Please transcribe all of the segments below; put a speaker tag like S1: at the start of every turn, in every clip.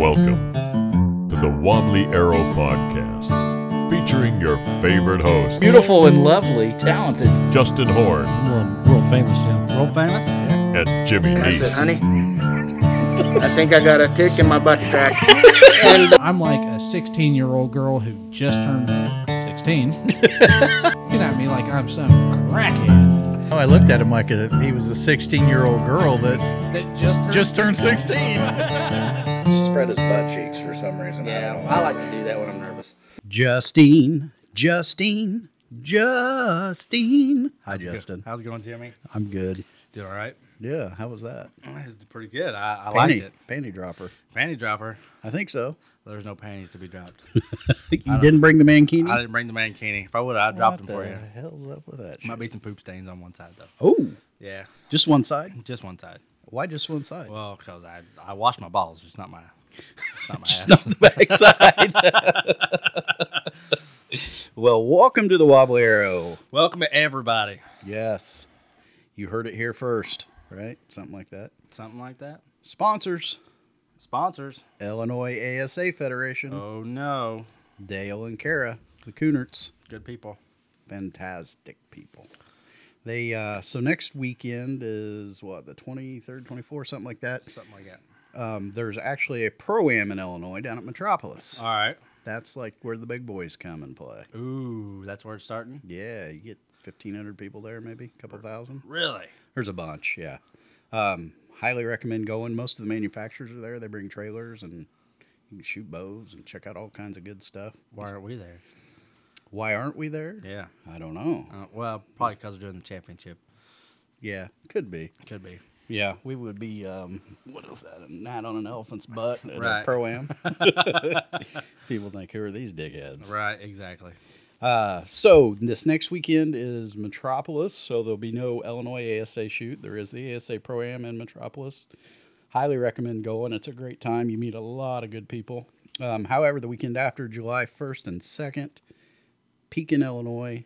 S1: Welcome to the Wobbly Arrow Podcast, featuring your favorite hosts,
S2: beautiful and lovely, talented.
S1: Justin Horn
S3: World, world famous, yeah. World famous?
S1: and Jimmy
S2: I said,
S1: Neese.
S2: honey, I think I got a tick in my butt crack.
S3: I'm like a 16 year old girl who just turned 16. Get at me like I'm some crackhead
S4: Oh, I looked at him like a, he was a 16 year old girl that
S3: that just turned.
S4: just turned 16.
S5: spread his butt cheeks for some reason. I don't know.
S2: like to do that when I'm nervous.
S4: Justine, Justine, Justine. Hi, Justin.
S6: How's it going, Jimmy?
S4: I'm good.
S6: Doing all right?
S4: Yeah, how was that?
S6: It's pretty good. I, I liked
S4: Panty,
S6: it.
S4: panty dropper.
S6: Panty dropper.
S4: I think so.
S6: There's no panties to be dropped.
S4: You didn't bring the mankini?
S6: I didn't bring the mankini. If I would, I'd dropped them
S4: what
S6: for
S4: the
S6: you.
S4: hell's up with that?
S6: Might
S4: shit?
S6: be some poop stains on one side though.
S4: Oh,
S6: Yeah,
S4: just one side?
S6: just one side.
S4: Why just one side?
S6: Well, because I I wash my balls, just not my just not my
S4: just
S6: ass.
S4: not the back side. well, welcome to the Wobble Arrow.
S6: Welcome to everybody.
S4: Yes. You heard it here first, right? Something like that.
S6: Something like that.
S4: Sponsors
S6: Sponsors.
S4: Illinois ASA Federation,
S6: Oh no,
S4: Dale and Kara, the Coonerts.
S6: good people.
S4: Fantastic people. They uh, so next weekend is what the 23rd, 24th, something like that.
S6: Something like that.
S4: Um, there's actually a pro am in Illinois down at Metropolis.
S6: All right.
S4: That's like where the big boys come and play.
S6: Ooh, that's where it's starting.
S4: Yeah, you get 1,500 people there, maybe a couple thousand.
S6: Really?
S4: There's a bunch, yeah. Um, highly recommend going. Most of the manufacturers are there. They bring trailers and you can shoot bows and check out all kinds of good stuff.
S6: Why aren't we there?
S4: Why aren't we there?
S6: Yeah.
S4: I don't know.
S6: Uh, well, probably because we're doing the championship.
S4: Yeah, could be.
S6: Could be.
S4: Yeah, we would be. Um, what is that? A gnat on an elephant's butt at
S6: Right.
S4: a pro am. People think who are these dickheads?
S6: Right. Exactly.
S4: Uh, so this next weekend is Metropolis, so there'll be no Illinois ASA shoot. There is the ASA Pro Am in Metropolis. Highly recommend going. It's a great time. You meet a lot of good people. Um, however, the weekend after, July 1st and 2nd, Pekin, Illinois,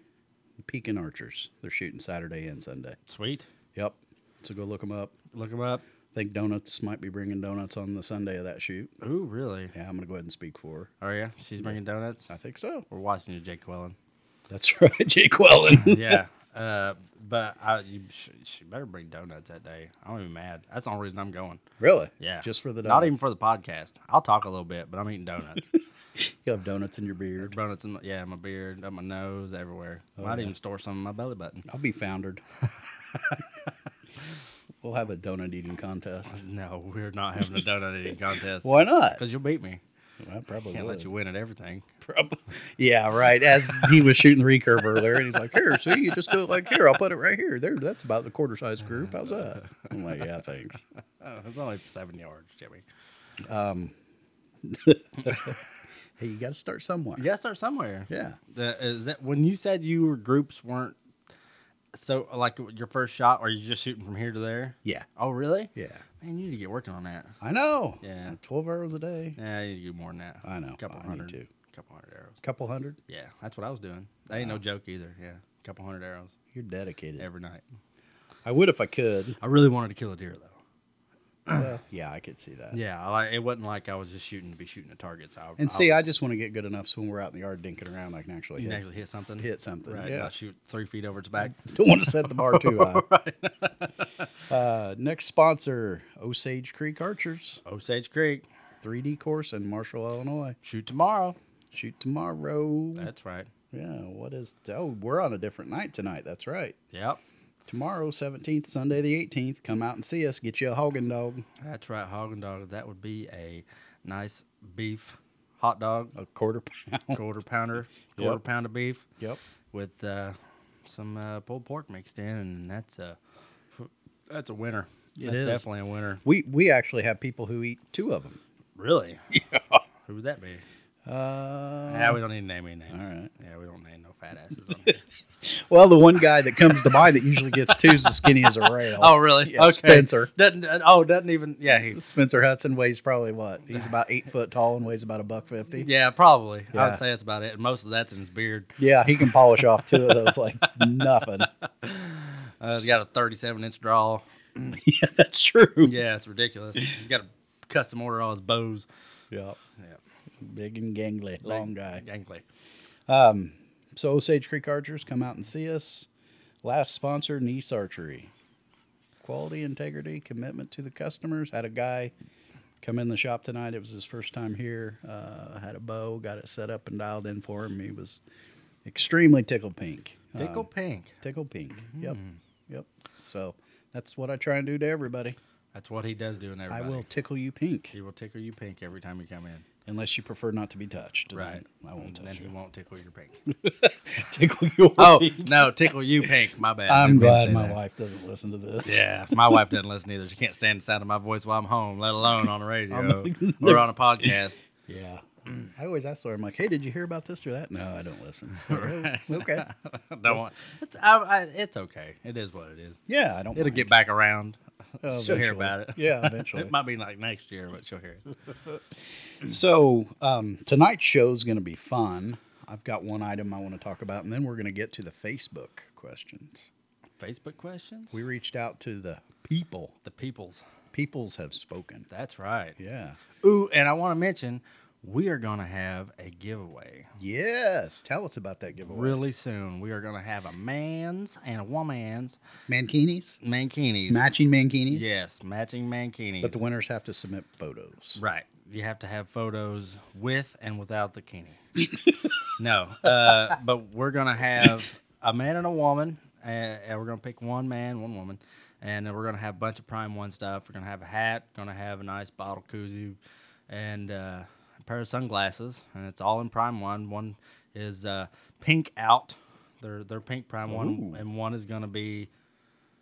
S4: Pekin Archers. They're shooting Saturday and Sunday.
S6: Sweet.
S4: Yep. So go look them up.
S6: Look them up.
S4: I think Donuts might be bringing donuts on the Sunday of that shoot.
S6: Ooh, really?
S4: Yeah, I'm going to go ahead and speak for her.
S6: Are you? She's bringing donuts.
S4: I think so.
S6: We're watching you, Jake Quillen.
S4: That's right, Jake Wellen.
S6: yeah. Uh, but I, you, sh- she better bring donuts that day. I'm even mad. That's the only reason I'm going.
S4: Really?
S6: Yeah.
S4: Just for the donuts.
S6: Not even for the podcast. I'll talk a little bit, but I'm eating donuts.
S4: You have donuts in your beard.
S6: donuts in my, yeah, my beard, up my nose, everywhere. Might even store some in my belly button.
S4: I'll be foundered. we'll have a donut eating contest.
S6: No, we're not having a donut eating contest.
S4: Why not?
S6: Because you'll beat me.
S4: I probably
S6: Can't
S4: would.
S6: let you win at everything.
S4: Prob- yeah, right. As he was shooting the recurve earlier, and he's like, "Here, see, you just do it like here. I'll put it right here. There, that's about the quarter size group. How's that?" I'm like, "Yeah, thanks."
S6: Oh, it's only seven yards, Jimmy.
S4: Um, Hey, you got to start somewhere.
S6: You gotta start somewhere.
S4: Yeah.
S6: The, is that when you said your groups weren't so like your first shot? Are you just shooting from here to there?
S4: Yeah.
S6: Oh, really?
S4: Yeah.
S6: Man, you need to get working on that.
S4: I know.
S6: Yeah.
S4: Twelve hours a day.
S6: Yeah, you need to do more than that.
S4: I know.
S6: Couple
S4: I need
S6: hundred.
S4: to.
S6: Couple hundred arrows.
S4: Couple hundred.
S6: Yeah, that's what I was doing. That ain't no joke either. Yeah, couple hundred arrows
S4: You're dedicated.
S6: every night.
S4: I would if I could.
S6: I really wanted to kill a deer though.
S4: well, yeah, I could see that.
S6: Yeah, I like it wasn't like I was just shooting to be shooting at targets. I,
S4: And see, I
S6: was-
S4: just want to get good enough so when we're out in the yard dinking around, I can actually
S6: you can
S4: hit.
S6: actually hit something.
S4: hit something,
S6: Right.
S4: yeah.
S6: not shoot three feet over its back.
S4: Don't want to set the bar too high. uh, next sponsor, Osage Creek Archers,
S6: Osage Creek.
S4: 3D course in Marshall, Illinois.
S6: Shoot tomorrow.
S4: Shoot tomorrow.
S6: That's right.
S4: yeah, what is. Oh, we're on a different night tonight. That's right.
S6: Yep.
S4: Tomorrow, 17th, Sunday the 18th. Come out and see us. Get you a Hogan dog.
S6: That's right, Haagen Dog. That would be a nice beef hot dog,
S4: A quarter pound.
S6: quarter pounder, quarter pound of beef
S4: yep.
S6: with uh, some uh, pulled pork mixed in, and that's a that's a winner.
S4: It
S6: that's
S4: is.
S6: definitely a winner.
S4: We, we actually have people who eat two of them.
S6: Really? Yeah. Who would that be?
S4: Uh,
S6: Yeah, we don't need to name any names.
S4: all right.
S6: Yeah, we don't name no fat asses on here.
S4: well, the one guy that comes to mind that usually gets two is as skinny as a rail.
S6: oh, really?
S4: Yeah, Spencer.
S6: Doesn't, uh, oh, doesn't even. Yeah, he,
S4: Spencer Hudson weighs probably what? He's about eight foot tall and weighs about a buck fifty.
S6: yeah, probably. I
S4: Yeah.
S6: would say that's about it. And Most of that's in his beard.
S4: Yeah, he can polish off two of those like nothing.
S6: Uh, he's got a 37 inch draw.
S4: Yeah, that's true.
S6: Yeah, it's ridiculous. He's got a custom order all his bows.
S4: Yeah.
S6: Yeah.
S4: Big and gangly, long guy.
S6: Gangly.
S4: So Osage Creek Archers, come out and see us. Last sponsor, Nice Archery. Quality, integrity, commitment to the customers. Had a guy come in the shop tonight. It was his first time here. Uh, had a bow, got it set up and dialed in for him. He was extremely tickled pink. Uh,
S6: Tickle pink.
S4: tickled pink.
S6: Mm-hmm.
S4: Yep. Yep. So that's what I try and do to everybody.
S6: That's what he does doing everybody.
S4: I will tickle you pink
S6: He will tickle you pink every time you come in.
S4: unless you prefer not to be touched. Then
S6: Right.
S4: I won't
S6: Then
S4: touch
S6: he
S4: you.
S6: won't tickle your pink.
S4: Tickle you.
S6: oh no, tickle you pink. My bad.
S4: I'm
S6: Didn't mean to
S4: glad
S6: say
S4: my
S6: that.
S4: wife doesn't listen to this.
S6: Yeah, my wife doesn't listen either. She can't stand the sound of my voice while I'm home, let alone on the radio or on a podcast.
S4: Yeah. I always ask her, I'm like, hey, did you hear about this or that? No, I don't listen. Oh, okay.
S6: Don't want. It's, I, I, it's okay. It is what it is.
S4: Yeah, I don't.
S6: It'll
S4: mind.
S6: get back around.
S4: Uh,
S6: she'll
S4: eventually.
S6: hear about it.
S4: Yeah, eventually.
S6: It might be like next year, but she'll hear it.
S4: So um, tonight's show is going to be fun. I've got one item I want to talk about, and then we're going to get to the Facebook questions.
S6: Facebook questions.
S4: We reached out to the people.
S6: the peoples.
S4: Peoples have spoken.
S6: That's right.
S4: Yeah.
S6: Ooh, and I want to mention we are going to have a giveaway
S4: Yes. Tell us about that giveaway.
S6: really soon. We are going to have a man's and a woman's
S4: Mankinis?
S6: mankinis.
S4: Matching mankinis?
S6: Yes, matching mankinis.
S4: But the winners have to submit photos.
S6: Right. You have to have photos with and without the bikini. no, uh, but we're gonna have a man and a woman, uh, and we're gonna pick one man, one woman, and then we're gonna have a bunch of Prime One stuff. We're gonna have a hat, gonna have a nice bottle koozie, and uh, a pair of sunglasses, and it's all in Prime One. One is uh, pink out. They're, they're pink prime one, and one is gonna be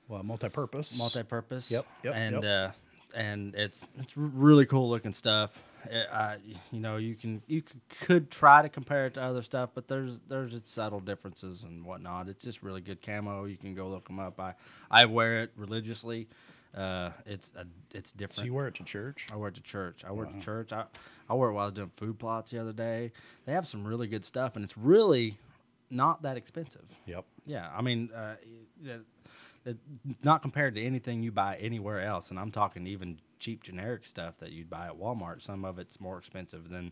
S4: Well, multi-purpose.
S6: multi-purpose.
S4: Yep, yep,
S6: And
S4: yep.
S6: Uh, and it's it's r- really cool looking stuff. Uh, I, you know, you can you c- could try to compare it to other stuff, but there's there's its subtle differences and whatnot. It's just really good camo. You can go look them up. I I wear it religiously. Uh, it's a, it's different.
S4: So you wear it to church.
S6: I worked at church. I worked at church. I, I worked while I was doing food plots the other day. They have some really good stuff, and it's really not that expensive.
S4: Yep.
S6: Yeah, I mean, uh, that, that not compared to anything you buy anywhere else, and I'm talking even cheap generic stuff that you'd buy at Walmart. Some of it's more expensive than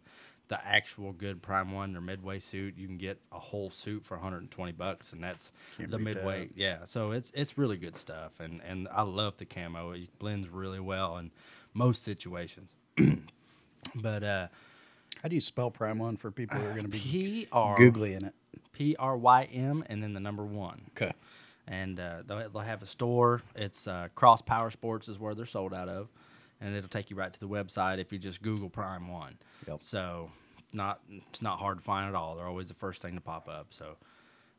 S6: the actual good Prime One or Midway suit. You can get a whole suit for 120 bucks, and that's the
S4: beat
S6: Midway.
S4: that.
S6: Yeah, so it's it's really good stuff, and and I love the camo. It blends really well in most situations. but uh,
S4: How do you spell prime one for people who are going to be
S6: P R
S4: googly in it?
S6: P R Y M, and then the number one
S4: Okay.
S6: and uh, they'll, they'll have a store. It's uh, Cross Power Sports is where they're sold out of, and it'll take you right to the website if you just Google Prime One.
S4: Yep.
S6: So not it's not hard to find at all. They're always the first thing to pop up. So,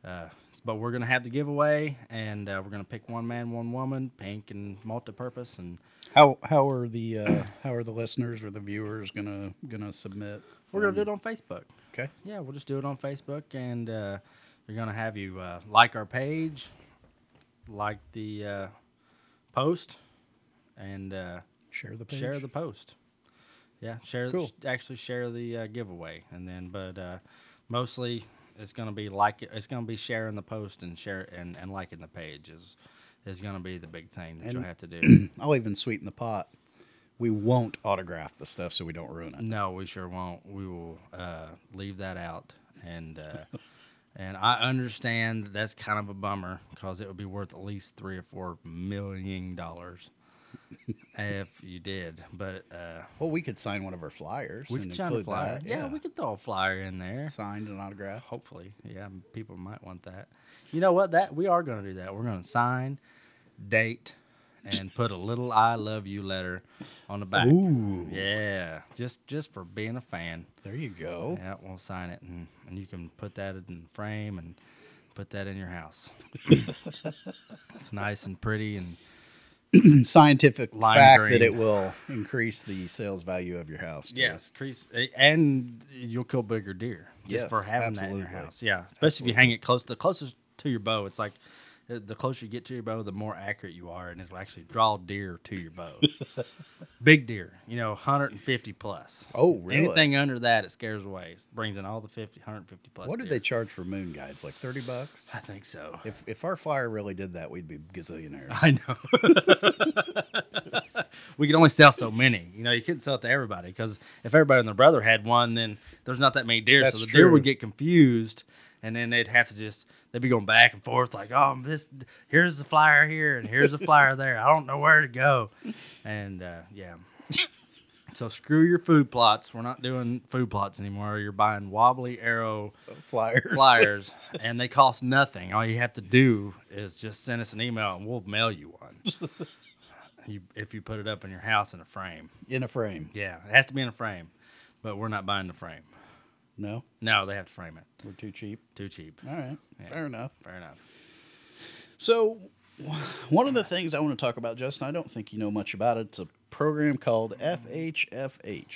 S6: uh, but we're gonna have the giveaway, and uh, we're gonna pick one man, one woman, pink and multi-purpose, and
S4: How how are the uh, how are the listeners or the viewers gonna gonna submit?
S6: we're gonna do it on Facebook.
S4: Okay.
S6: Yeah, we'll just do it on Facebook, and uh, we're gonna have you uh, like our page, like the uh, post, and. Uh,
S4: Share the page.
S6: Share the post. Yeah, share
S4: Cool.
S6: actually share the uh, giveaway, and then but uh, mostly it's gonna be like it's gonna be sharing the post and share and, and liking the page is is gonna be the big thing that you'll have to do.
S4: I'll even sweeten the pot. We won't autograph the stuff so we don't ruin it.
S6: no, we sure won't. We will uh, leave that out, and uh, and I understand that that's kind of a bummer because it would be worth at least three or four million dollars if you did, but. Uh,
S4: Well, we could sign one of our flyers.
S6: We
S4: and
S6: could shine a
S4: include
S6: flyer.
S4: that,
S6: Yeah, we could throw a flyer in there.
S4: signed and autographed.
S6: Hopefully, yeah, m- people might want that. You know what? That we are going to do that. We're going to sign, date, and put a little "I love you" letter on the back.
S4: Ooh.
S6: Yeah, just just for being a fan.
S4: There you go.
S6: Yeah, we'll sign it, and, and you can put that in frame and put that in your house. it's nice and pretty, and
S4: Scientific
S6: Lime
S4: fact
S6: green.
S4: that it will increase the sales value of your house. too.
S6: Yes, crease, eh, and you'll kill bigger deer just for
S4: Yes,
S6: having that in your
S4: absolutely.
S6: house. Yeah, especially if you hang it close. The closest to your bow, it's like uh, the closer you get to your bow, the more accurate you are, and it'll actually draw deer to your bow. Big deer, you know, 150 plus.
S4: Oh, really?
S6: Anything under that, it scares away. It brings in all the 50, 150 plus.
S4: What did
S6: deer.
S4: they charge for moon guides? Like thirty bucks.
S6: I think so.
S4: If if our flyer really did that, we'd be gazillionaires.
S6: I know. we could only sell so many. You know, you couldn't sell it to everybody because if everybody and their brother had one, then there's not that many deer. so
S4: That's
S6: the deer
S4: true.
S6: would get confused, and then they'd have to just they'd be going back and forth like, oh, this here's the flyer here and here's the flyer there. I don't know where to go, and uh, yeah. So screw your food plots. We're not doing food plots anymore. You're buying wobbly arrow
S4: Flyers.
S6: flyers, and they cost nothing. All you have to do is just send us an email, and we'll mail you one. you, if you put it up in your house in a frame,
S4: in a frame.
S6: yeah, it has to be in a frame, but we're not buying the frame.
S4: No,
S6: No, they have to frame it.
S4: we're too cheap.
S6: Too cheap.
S4: All right, fair enough.
S6: Fair enough.
S4: So, one of the things I want to talk about, Justin, I don't think you know much about it. It's a program called FHFH.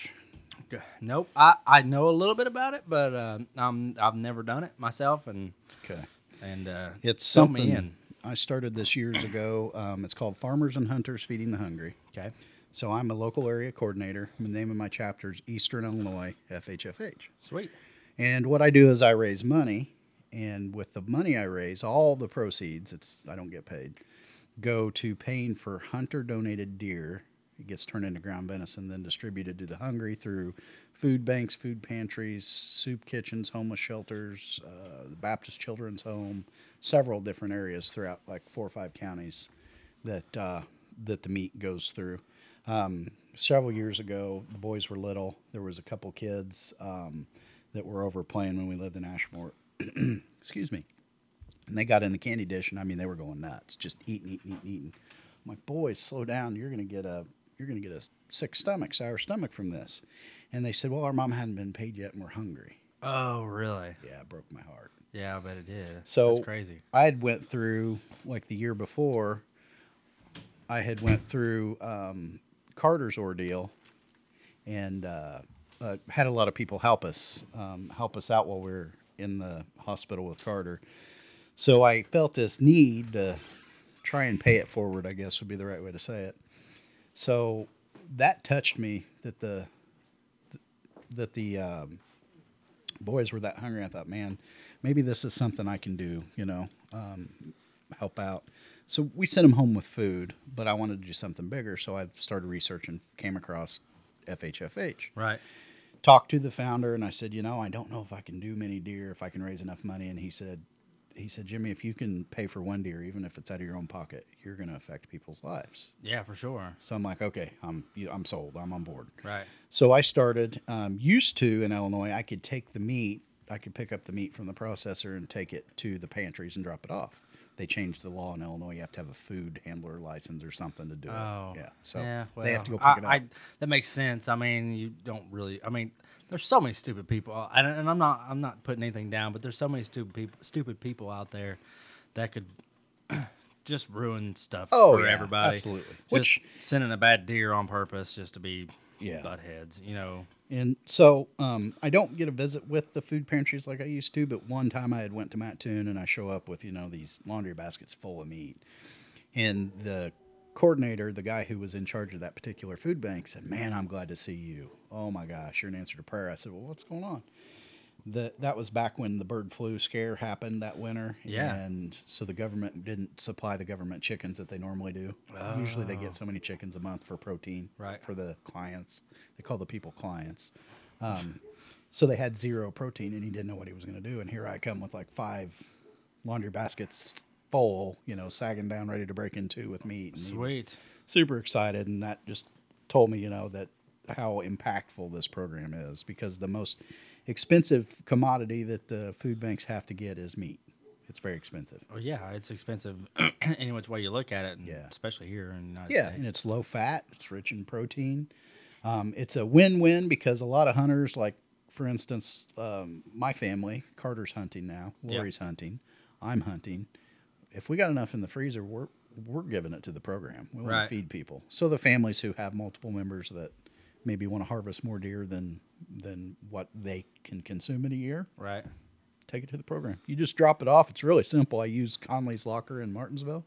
S6: G- Nope. I, I know a little bit about it, but uh, I'm I've never done it myself, and
S4: Okay.
S6: and uh,
S4: It's
S6: fill me
S4: something
S6: in.
S4: I started this years ago. Um, it's called Farmers and Hunters Feeding the Hungry.
S6: Okay.
S4: So, I'm a local area coordinator. The name of my chapter is Eastern Illinois FHFH.
S6: Sweet.
S4: And what I do is I raise money, and with the money I raise, all the proceeds, it's I don't get paid, go to paying for hunter donated deer. It gets turned into ground venison, then distributed to the hungry through food banks, food pantries, soup kitchens, homeless shelters, uh, the Baptist Children's Home, several different areas throughout like four or five counties that uh, that the meat goes through. Um, several years ago, the boys were little. There was a couple kids um, that were over playing when we lived in Ashmore. Excuse me. And they got in the candy dish, and I mean, they were going nuts, just eating, eating, eating, eating. I'm like, boys, slow down. You're gonna get a you're gonna get a sick stomach, sour stomach from this. And they said, well, our mom hadn't been paid yet, and we're hungry.
S6: Oh, really?
S4: Yeah, it broke my heart.
S6: Yeah, I bet it did.
S4: So
S6: That's crazy.
S4: I had went through like the year before. I had went through um, Carter's ordeal, and uh, uh, had a lot of people help us um, help us out while we were in the hospital with Carter. So I felt this need to try and pay it forward. I guess would be the right way to say it. So that touched me that the that the um, boys were that hungry. I thought, man, maybe this is something I can do, you know, um, help out. So we sent them home with food, but I wanted to do something bigger. So I started researching, came across FHFH,
S6: Right.
S4: talked to the founder, and I said, you know, I don't know if I can do many deer, if I can raise enough money. And he said, he said, Jimmy, if you can pay for one deer, even if it's out of your own pocket, you're going to affect people's lives.
S6: Yeah, for sure.
S4: So I'm like, okay, I'm I'm sold. I'm on board.
S6: Right.
S4: So I started um, used to in Illinois, I could take the meat, I could pick up the meat from the processor and take it to the pantries and drop it off. They changed the law in Illinois. You have to have a food handler license or something to do
S6: Oh,
S4: it. Yeah. So
S6: yeah,
S4: they have to go
S6: well,
S4: pick
S6: I,
S4: it up.
S6: I, that makes sense. I mean, you don't really. I mean, there's so many stupid people, uh, and, and I'm not. I'm not putting anything down, but there's so many stupid people, stupid people out there that could just ruin stuff
S4: Oh,
S6: for
S4: yeah,
S6: everybody.
S4: absolutely.
S6: Just
S4: Which-
S6: sending a bad deer on purpose just to be
S4: Yeah.
S6: butt heads. You know.
S4: And so um, I don't get a visit with the food pantries like I used to, but one time I had went to Mattoon and I show up with, you know, these laundry baskets full of meat. And the coordinator, the guy who was in charge of that particular food bank said, man, I'm glad to see you. Oh my gosh, you're an answer to prayer. I said, well, what's going on? That, that was back when the bird flu scare happened that winter.
S6: Yeah.
S4: And so the government didn't supply the government chickens that they normally do. Usually they get so many chickens a month for protein
S6: Oh. Right.
S4: for the clients. They call the people clients. Um, so they had zero protein, and he didn't know what he was going to do. And here I come with like five laundry baskets full, you know, sagging down, ready to break in two with meat. And he was
S6: Sweet.
S4: super excited, and that just told me, you know, that how impactful this program is because the most expensive commodity that the food banks have to get is meat. It's very expensive.
S6: Oh yeah, it's expensive any which way you look at it, and
S4: Yeah.
S6: especially here in the United
S4: Yeah,
S6: States.
S4: and it's low fat. It's rich in protein. Um, it's a win-win because a lot of hunters, like for instance, um, my family, Carter's hunting now,
S6: Yeah.
S4: Lori's hunting, I'm hunting. If we got enough in the freezer, we're we're giving it to the program. We want
S6: Right.
S4: to feed people. So the families who have multiple members that maybe want to harvest more deer than than what they can consume in a year,
S6: Right.
S4: take it to the program. You just drop it off. It's really simple. I use Conley's Locker in Martinsville.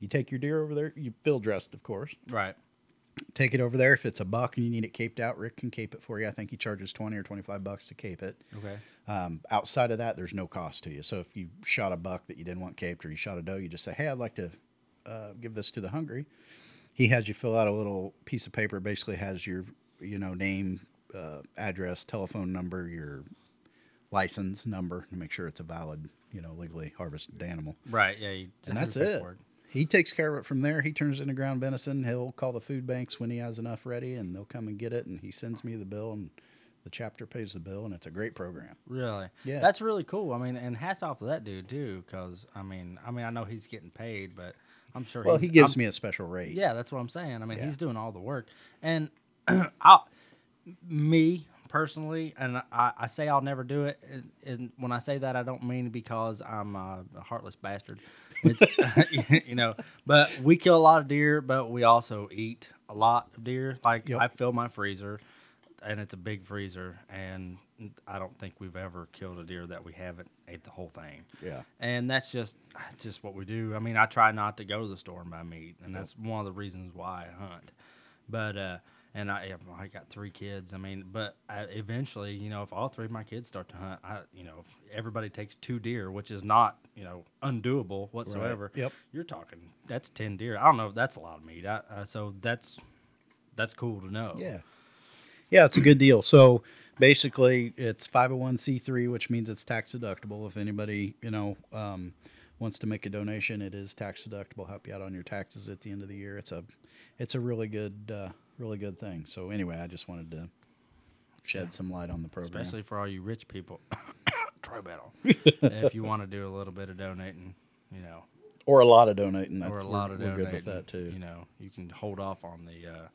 S4: You take your deer over there. You field dressed, of course.
S6: Right.
S4: Take it over there. If it's a buck and you need it caped out, Rick can cape it for you. I think he charges twenty or twenty-five bucks to cape it.
S6: Okay.
S4: Um, outside of that, there's no cost to you. So if you shot a buck that you didn't want caped, or you shot a doe, you just say, "Hey, I'd like to uh, give this to the hungry." he has you fill out a little piece of paper. Basically, has your you know name, uh, address, telephone number, your license number to make sure it's a valid you know legally harvested animal.
S6: Right. Yeah. You
S4: And
S6: do
S4: that's
S6: the
S4: it.
S6: paperwork.
S4: He takes care of it from there. He turns into ground venison. He'll call the food banks when he has enough ready, and they'll come and get it. And he sends me the bill, and the chapter pays the bill, and it's a great program.
S6: Really?
S4: Yeah.
S6: That's really cool. I mean, and hats off to that dude too, because I mean, I mean, I know he's getting paid, but I'm sure.
S4: Well,
S6: he's-
S4: he gives
S6: I'm-
S4: me a special rate.
S6: Yeah, that's what I'm saying. I mean,
S4: Yeah.
S6: he's doing all the work, and I, me personally, and I, I say I'll never do it. And, and when I say that, I don't mean because I'm a heartless bastard. It's you know, but we kill a lot of deer, but we also eat a lot of deer. Like
S4: Yep.
S6: I fill my freezer, and it's a big freezer, and I don't think we've ever killed a deer that we haven't ate the whole thing
S4: Yeah.
S6: and that's just that's just what we do. I mean, I try not to go to the store and buy meat, and that's one of the reasons why I hunt. But uh, and I I got three kids. I mean, but I, eventually, you know, if all three of my kids start to hunt, I you know, if everybody takes two deer, which is not you know undoable whatsoever.
S4: Yep.
S6: You're talking that's ten deer. I don't know if that's a lot of meat. I, uh, so that's that's cool to know.
S4: Yeah. Yeah, it's a good deal. So basically, it's 501c3, which means it's tax deductible. If anybody, you know, um, wants to make a donation, it is tax deductible. Help you out on your taxes at the end of the year. It's a, it's a really good, uh, really good thing. So anyway, I just wanted to shed some light on the program.
S6: Especially for all you rich people. Try battle. if you want to do a little bit of donating, you know.
S4: or a lot of donating. That's,
S6: or a
S4: we're-
S6: lot of
S4: we're
S6: donating.
S4: good with that too.
S6: You know, you can hold off on the uh,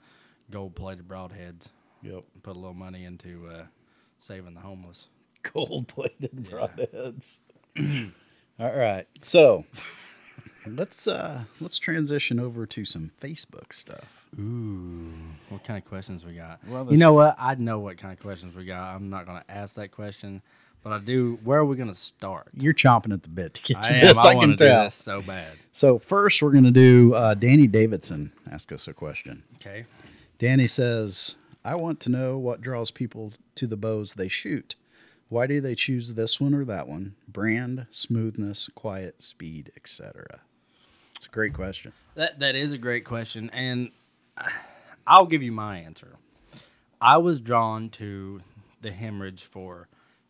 S6: gold-plated broadheads
S4: Yep.
S6: and put a little money into uh, saving the homeless.
S4: gold plated broadheads. All right. So let's uh let's transition over to some Facebook stuff.
S6: Ooh, what kind of questions we got?
S4: Well,
S6: you know what? I know what kind of questions we got. I'm not gonna ask that question, but I do. Where are we gonna start?
S4: You're chomping at the bit to get to
S6: I am.
S4: this. I,
S6: I want
S4: can
S6: to do
S4: tell.
S6: this so bad.
S4: So first, we're gonna do uh, Danny Davidson. Ask us a question.
S6: Okay.
S4: Danny says, "I want to know what draws people to the bows they shoot. Why do they choose this one or that one? Brand, smoothness, quiet, speed, etc." It's a great question.
S6: That that is a great question, and I'll give you my answer. I was drawn to the hemorrhage for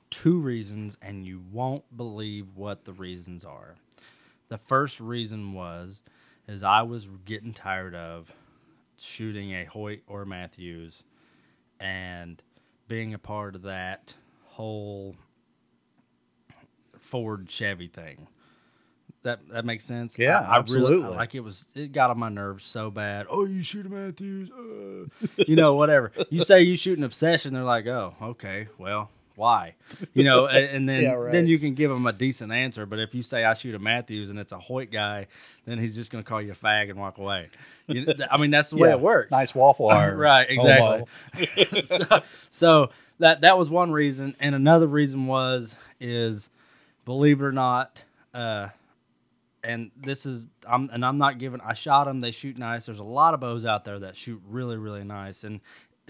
S6: two reasons, and you won't believe what the reasons are. The first reason was is I was getting tired of shooting a Hoyt or Matthews, and being a part of that whole Ford Chevy thing. That that makes sense.
S4: Yeah,
S6: I- I really-
S4: absolutely.
S6: like it was, it got on my nerves so bad. Oh, you shoot a Matthews, uh, you know, whatever. You say you shoot an obsession, they're like, oh, okay, well, why? You know, a- and, then
S4: Yeah, right.
S6: then you can give them a decent answer. But if you say I shoot a Matthews and it's a Hoyt guy, then he's just gonna call you a fag and walk away. You, th- I mean, that's the way
S4: Yeah,
S6: it works.
S4: Nice Oh, waffle iron.
S6: right,
S4: Homo.
S6: exactly. so, so that that was one reason, and another reason was is believe it or not, uh, and this is I'm and I'm not giving. I shot them. They shoot nice. There's a lot of bows out there that shoot really really nice, and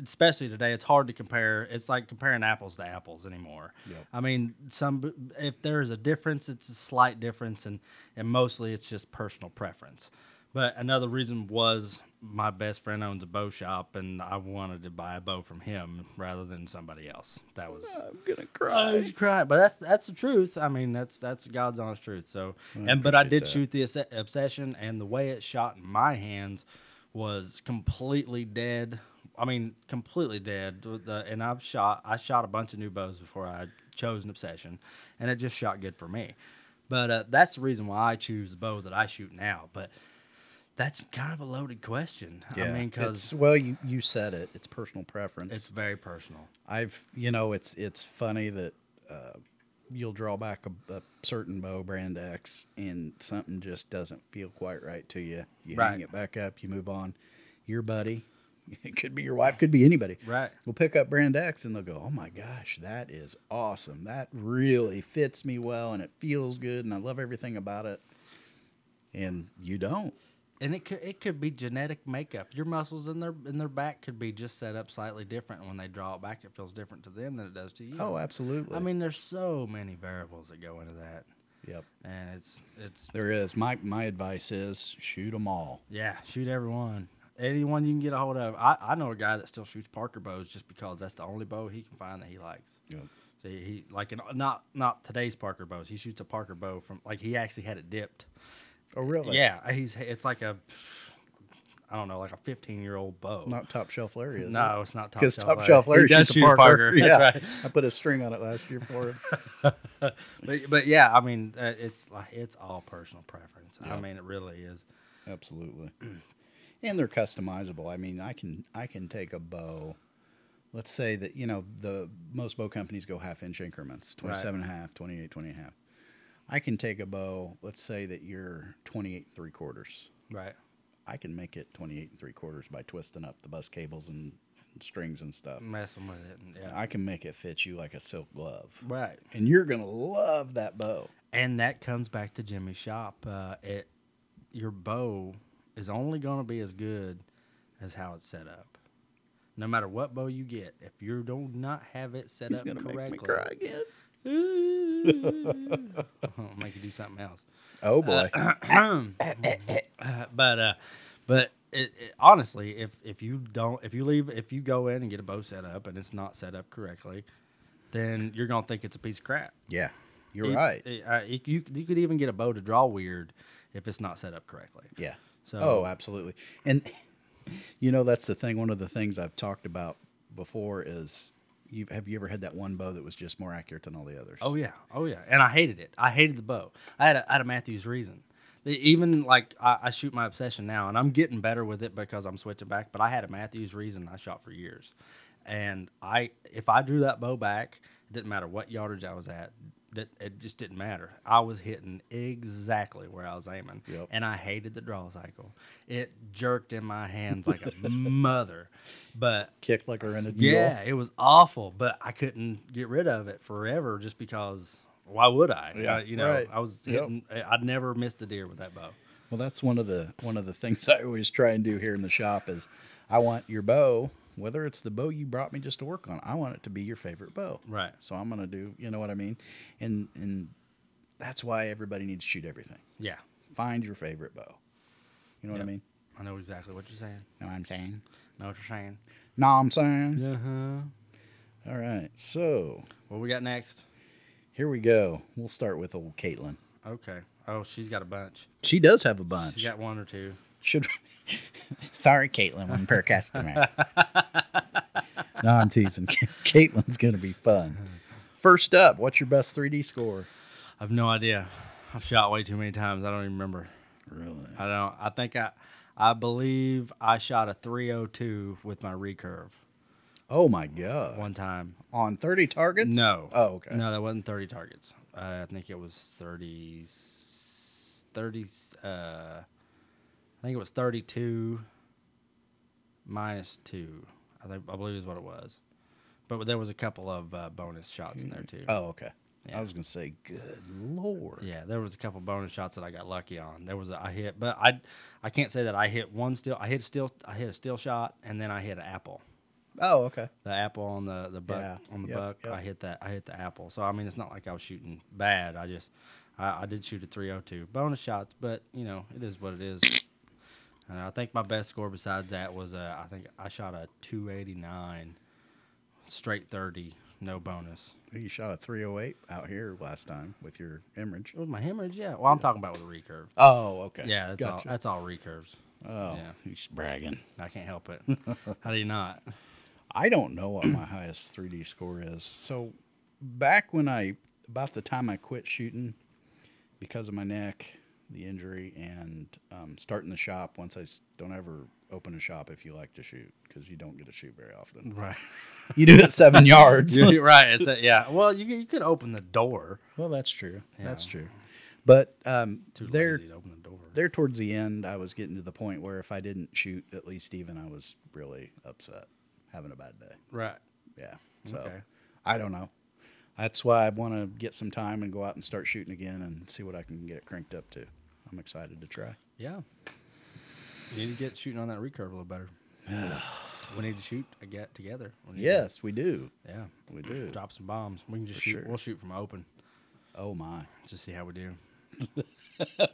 S6: especially today, it's hard to compare. It's like comparing apples to apples anymore. I mean, some if there is a difference, it's a slight difference, and and mostly it's just personal preference. But another reason was my best friend owns a bow shop, and I wanted to buy a bow from him rather than somebody else. That was
S4: I'm gonna
S6: I
S4: cry.
S6: was crying, but that's that's the truth. I mean, that's that's God's honest truth. So, and but I did shoot the obs- obsession, and the way it shot in my hands was completely dead. I mean, completely dead. With The, and I've shot I shot a bunch of new bows before I chose an obsession, and it just shot good for me. But uh, that's the reason why I choose the bow that I shoot now. But that's kind of a loaded question. I mean,
S4: it's-
S6: because
S4: well, you, you said it. It's personal preference.
S6: it's very personal.
S4: I've you know it's it's funny that uh, you'll draw back a, a certain bow brand X and something just doesn't feel quite right to you. You
S6: Right.
S4: hang it back up. You move on. Your buddy, it could be your wife, could be anybody.
S6: Right.
S4: We'll pick up brand X and they'll go, "Oh my gosh, that is awesome. That really fits me well, and it feels good, and I love everything about it." And you don't.
S6: and it could it could be genetic makeup. Your muscles in their in their back could be just set up slightly different. When they draw it back, it feels different to them than it does to you.
S4: Oh, absolutely.
S6: I mean, there's so many variables that go into that,
S4: yep.
S6: and it's it's
S4: There is. My my advice is shoot them all.
S6: yeah, shoot everyone. anyone you can get a hold of. I, I know a guy that still shoots Parker bows just because that's the only bow he can find that he likes.
S4: Yep.
S6: So he, he like an, not not today's Parker bows. He shoots a Parker bow from like he actually had it dipped.
S4: Oh, really?
S6: Yeah, he's it's like a I don't know, like a 15 year old bow.
S4: Not top shelf Larry, is
S6: no, it's not top
S4: Because
S6: shelf.
S4: top
S6: Larry.
S4: shelf Larry
S6: He does
S4: shoots a
S6: shoot
S4: Parker.
S6: Parker.
S4: Yeah.
S6: That's right.
S4: I put a string on it last year for him.
S6: But, but yeah, I mean, uh, it's like it's all personal preference. I
S4: Yeah.
S6: mean, it really is.
S4: Absolutely. And they're customizable. I mean, I can I can take a bow. Let's say that, you know, the most bow companies go half inch increments, 27 and a half, 28, 20 and a half. I can take a bow, let's say that you're 28 and three quarters.
S6: Right.
S4: I can make it 28 and three quarters by twisting up the bus cables and, and strings and stuff.
S6: Messing with it. and- Yeah.
S4: I can make it fit you like a silk glove.
S6: right.
S4: And you're going to love that bow.
S6: And that comes back to Jimmy's shop. Uh, it your bow is only going to be as good as how it's set up. No matter what bow you get, if you do not have it set
S4: He's
S6: up
S4: going to
S6: correctly,
S4: make me cry again.
S6: I'll make you do something else.
S4: Oh, boy.
S6: Uh, But uh, but it, it, honestly, if if you don't, if you leave, if you go in and get a bow set up and it's not set up correctly, then you're gonna think it's a piece of crap.
S4: yeah. You're
S6: E-
S4: right.
S6: e- uh, e- you you could even get a bow to draw weird if it's not set up correctly.
S4: Yeah.
S6: So-
S4: oh, absolutely. And you know that's the thing. One of the things I've talked about before is you have you ever had that one bow that was just more accurate than all the others?
S6: Oh yeah, oh yeah, and I hated it. I hated the bow. I had a, I had a Matthews reason. The- Even like I, I shoot my obsession now, and I'm getting better with it because I'm switching back. But I had a Matthews reason I shot for years, and I if I drew that bow back, it didn't matter what yardage I was at. That it just didn't matter. I was hitting exactly where I was aiming,
S4: Yep.
S6: and I hated the draw cycle. It jerked in my hands like a mother, but
S4: Kicked like a rented mule.
S6: yeah, it was awful, but I couldn't get rid of it forever just because why would I?
S4: Yeah,
S6: Uh, you know,
S4: right.
S6: I was
S4: Yep.
S6: hitting, I- I'd never missed a deer with that bow.
S4: Well, that's one of the one of the things I always try and do here in the shop is I want your bow, whether it's the bow you brought me just to work on, I want it to be your favorite bow.
S6: Right.
S4: So I'm gonna do, you know what I mean, and and that's why everybody needs to shoot everything.
S6: Yeah,
S4: Find your favorite bow. You know what I
S6: Yep.
S4: mean?
S6: I know exactly what you're saying.
S4: Know what I'm saying?
S6: Know what you're saying.
S4: Know what I'm saying?
S6: Uh huh.
S4: All right. So
S6: What we got next?
S4: here we go. We'll start with old Caitlin.
S6: Okay. Oh, she's got a bunch.
S4: She does have a bunch.
S6: She's got one or two.
S4: Should Sorry, Caitlin, one per customer. no, I'm teasing. Caitlin's gonna be fun. First up, what's your best 3D score?
S6: I've no idea. I've shot way too many times. I don't even remember.
S4: Really?
S6: I don't. I think I, I believe I shot a 302 with my recurve
S4: Oh my god.
S6: one time.
S4: On 30 targets?
S6: No.
S4: Oh, okay.
S6: No, that wasn't 30 targets. Uh, I think it was 30, 30, uh, I think it was 32 minus two. I, think, I believe is what it was. But there was a couple of uh, bonus shots in there too.
S4: Oh, okay.
S6: Yeah.
S4: I was gonna say, good lord.
S6: Yeah, there was a couple bonus shots that I got lucky on. There was a, I hit, but I I can't say that I hit one still. I hit a still I hit a still shot and then I hit an apple.
S4: Oh, okay.
S6: the apple on the the buck
S4: Yeah,
S6: on the
S4: yep,
S6: buck.
S4: yep.
S6: I hit that. I hit the apple. So I mean, it's not like I was shooting bad. I just I, I did shoot a 302 bonus shots, but you know it is what it is. And I think my best score besides that was uh, I think I shot a 289 straight 30, no bonus.
S4: You shot a 308 out here last time with your hemorrhage.
S6: It was my hemorrhage. Yeah. Well, I'm talking about with a recurve.
S4: Oh, okay.
S6: Yeah, that's
S4: gotcha.
S6: all. That's all recurves.
S4: Oh,
S6: Yeah.
S4: he's bragging.
S6: I can't help it. How do you not?
S4: I don't know what my highest 3D score is. So back when I about the time I quit shooting because of my neck, the injury, and um, starting the shop. Once I s- don't ever open a shop if you like to shoot because you don't get to shoot very often.
S6: Right.
S4: You do it seven yards.
S6: You're right. It's a, yeah. Well, you could- you could open the door.
S4: Well, that's true. That's
S6: Yeah.
S4: true. But um,
S6: Too
S4: there,
S6: lazy to open the door.
S4: there towards the end, I was getting to the point where if I didn't shoot at least even, I was really upset, having a bad day.
S6: Right.
S4: Yeah. So
S6: Okay.
S4: I don't know. That's why I want to get some time and go out and start shooting again and see what I can get it cranked up to. I'm excited to try.
S6: Yeah. You need to get shooting on that recurve a little better. we need to shoot to get together. We need to-
S4: Yes, we do.
S6: yeah.
S4: We do.
S6: Drop some bombs. We can just
S4: For
S6: shoot.
S4: sure.
S6: We'll shoot from open.
S4: Oh my.
S6: Just see how we do.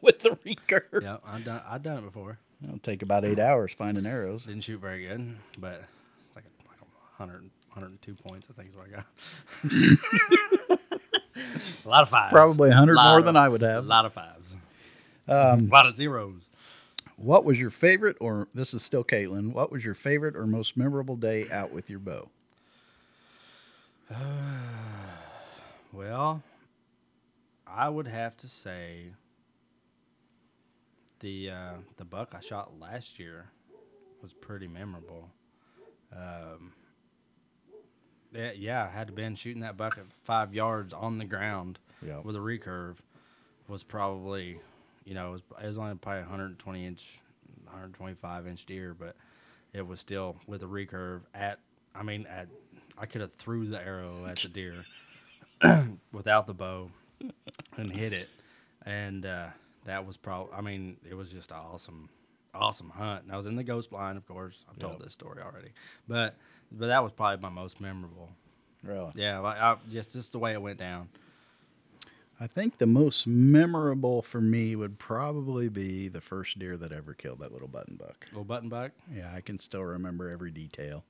S4: With the recurve.
S6: yeah, I've done. I've done it before.
S4: It'll take about eight hours finding arrows.
S6: Didn't shoot very good, but it's like, a, like a 100, 102 points, I think is what I got. a lot of fives.
S4: Probably 100
S6: Lot
S4: more
S6: of-
S4: than I would
S6: A
S4: have. Um,
S6: lot of fives. a lot of zeros.
S4: What was your favorite, or this is still Caitlin, what was your favorite or most memorable day out with your bow?
S6: Well, I would have to say the uh, the buck I shot last year was pretty memorable. Um, yeah, yeah, I had been shooting that buck at five yards on the ground
S4: Yeah.
S6: with a recurve was probably, you know, it was, it was only probably 120 inch, 125 inch deer, but it was still with a recurve at, I mean, at, I could have threw the arrow at the deer without the bow and hit it. And uh, that was probably, I mean, it was just an awesome, awesome hunt. And I was in the ghost blind, of course. I've told this story already, but but that was probably my most memorable.
S4: Really?
S6: Yeah, like I, just just the way it went down.
S4: I think the most memorable for me would probably be the first deer that ever killed that little button buck.
S6: Little button buck.
S4: Yeah, I can still remember every detail.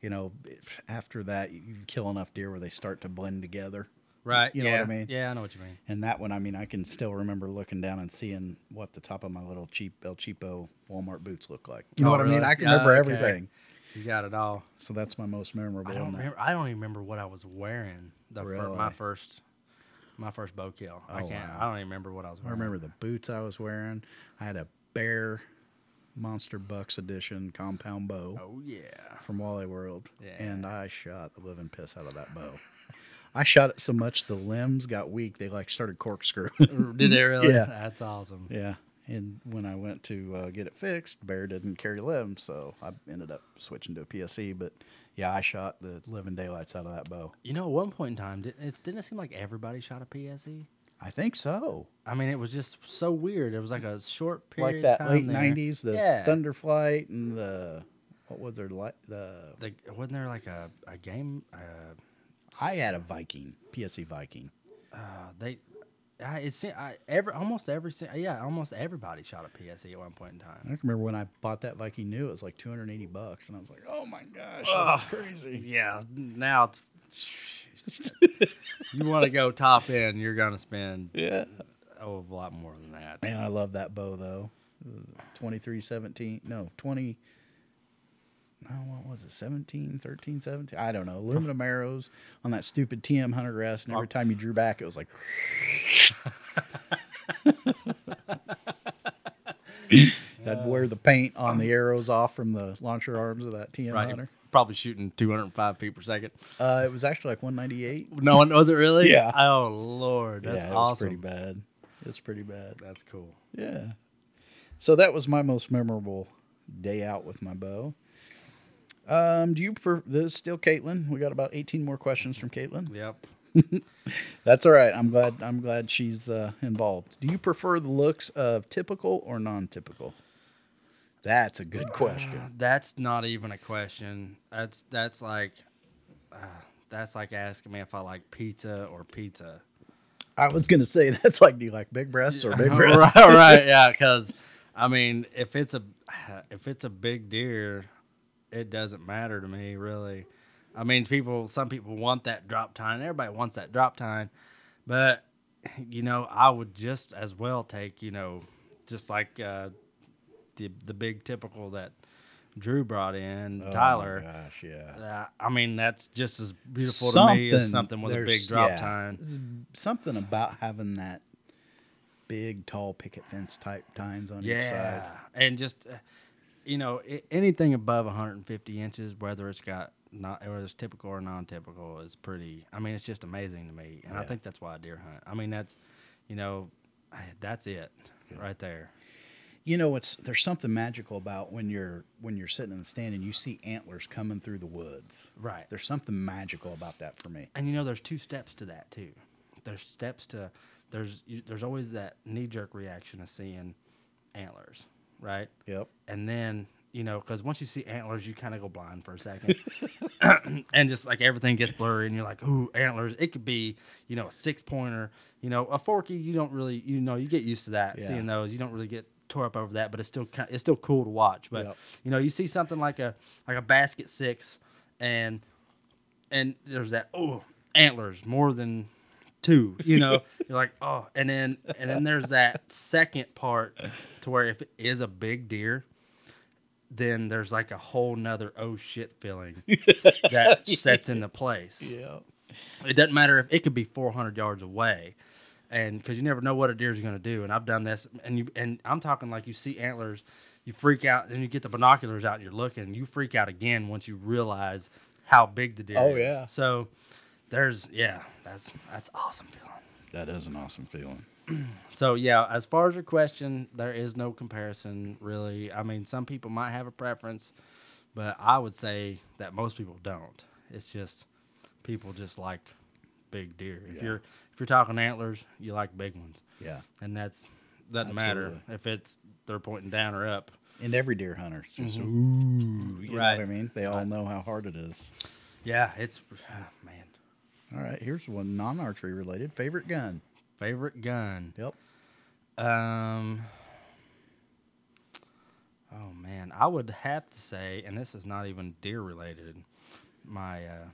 S4: You know, if- after that, you kill enough deer where they start to blend together.
S6: Right.
S4: You know
S6: yeah.
S4: what I mean?
S6: Yeah, I know what you mean.
S4: And that one, I mean, I can still remember looking down and seeing what the top of my little cheap El Cheapo Walmart boots look like. You know
S6: Oh,
S4: what I mean?
S6: really?
S4: I can
S6: Yeah,
S4: remember
S6: okay.
S4: everything.
S6: You got it all.
S4: So that's my most memorable.
S6: I don't
S4: and that-
S6: remember. I don't even remember what I was wearing. The fir- my
S4: Really?
S6: first, my first bow kill. I
S4: Oh,
S6: can't.
S4: wow.
S6: I don't even remember what I was
S4: I
S6: wearing.
S4: remember the boots I was wearing. I had a bear Monster Bucks edition compound bow
S6: Oh yeah.
S4: from Wally World,
S6: Yeah.
S4: and I shot the living piss out of that bow. I shot it so much the limbs got weak; they like started corkscrewing.
S6: Did it really?
S4: Yeah.
S6: That's awesome.
S4: yeah, and when I went to uh, get it fixed, bear didn't carry limbs, so I ended up switching to a PSC. But yeah, I shot the living daylights out of that bow.
S6: You know, at one point in time, didn't it, didn't it seem like everybody shot a PSE?
S4: I think so.
S6: I mean, it was just so weird. It was like a short period
S4: like
S6: of
S4: that late
S6: time there.
S4: '90s, the
S6: yeah.
S4: Thunderflight and the what was their light the
S6: Like, wasn't there like a, a game? Uh,
S4: I had a Viking, PSE Viking.
S6: uh, they, I, it seemed, I, every, almost every, se- yeah, almost everybody shot a PSE at one point in
S4: I
S6: time.
S4: can remember when I bought that Viking new, it was like 280 bucks. And I was like, oh my gosh,
S6: Ugh.
S4: this is crazy.
S6: Yeah, now it's, you want to go top end, you're going to spend
S4: Yeah.
S6: oh, a lot more than that.
S4: Man, I love that bow though. 2317, no, 20. No, what was it? 17, 13, 17? I don't know. Aluminum arrows on that stupid TM Hunter rest.
S6: Oh.
S4: And every time you drew back, it was like, that'd wear the paint on the arrows off from the launcher arms of that TM
S6: Right.
S4: Hunter.
S6: Probably shooting 205 feet per second.
S4: Uh, it was actually like 198.
S6: No one knows it really?
S4: Yeah.
S6: Oh, Lord. That's
S4: yeah,
S6: awesome.
S4: It was pretty bad. It was pretty bad.
S6: That's cool.
S4: Yeah. So that was my most memorable day out with my bow. Um, do you prefer this is still Caitlin? We got about 18 more questions from Caitlin.
S6: Yep.
S4: That's all right. I'm glad I'm glad she's uh, involved. Do you prefer the looks of typical or non-typical? That's a good question.
S6: That's not even a question. That's that's like uh, that's like asking me if I like pizza or pizza.
S4: I was gonna say that's like, do you like big breasts or big breasts?
S6: right, right, yeah, cuz I mean, if it's a if it's a big deer, it doesn't matter to me really. I mean, people some people want that drop time. Everybody wants that drop time. But you know, I would just as well take, you know, just like uh, the the big typical that Drew brought in,
S4: Oh my
S6: Tyler.
S4: gosh, yeah.
S6: Uh, I mean, that's just as beautiful to me as something with a big
S4: there's-
S6: drop
S4: yeah.
S6: time.
S4: Something about having that big, tall picket fence type tines on each
S6: Yeah,
S4: side.
S6: and just uh, you know i anything above 150 inches, whether it's got not whether it's typical or non-typical, is pretty. I mean, it's just amazing to me, and I
S4: Yeah.
S6: think that's why I deer hunt. I mean, that's you know, I- that's it right there.
S4: You know, it's there's something magical about when you're when you're sitting in the stand and you see antlers coming through the woods.
S6: Right.
S4: There's something magical about that for me.
S6: and you know there's two steps to that too there's steps to there's you, there's always that knee-jerk reaction of seeing antlers right
S4: Yep.
S6: and then you know because once you see antlers you kind of go blind for a second and just like everything gets blurry and you're like ooh antlers it could be you know a six pointer you know a forky you don't really you know you get used to that
S4: Yeah.
S6: seeing those you don't really get tore up over that, but it's still kind it's still cool to watch. But
S4: Yep.
S6: you know, you see something like a like a basket six, and and there's that oh antlers more than two. You know, you're like oh, and then and then there's that second part to where if it is a big deer. Then there's like a whole nother oh shit feeling that sets into place
S4: Yeah.
S6: it doesn't matter if it could be 400 yards away and because you never know what a deer's going to do and i've done this and you and i'm talking like you see antlers you freak out and you get the binoculars out and you're looking you freak out again once you realize how big the deer
S4: Oh,
S6: is
S4: yeah.
S6: so there's yeah that's that's awesome feeling
S4: That is an awesome feeling.
S6: so yeah, as far as your question, there is no comparison really. I mean, some people might have a preference, but I would say that most people don't. It's just people just like big deer. If you're if you're talking antlers, you like big ones,
S4: Yeah.
S6: and that's doesn't matter
S4: Absolutely.
S6: if it's they're pointing down or up.
S4: And every deer hunter's just ooh, you
S6: Mm-hmm. Right.
S4: know what I mean? They all know how hard it is.
S6: Yeah, it's ah, man
S4: All right, here's one non-archery related favorite gun.
S6: favorite gun.
S4: Yep.
S6: Um. Oh man, I would have to say, and this is not even deer related. My uh,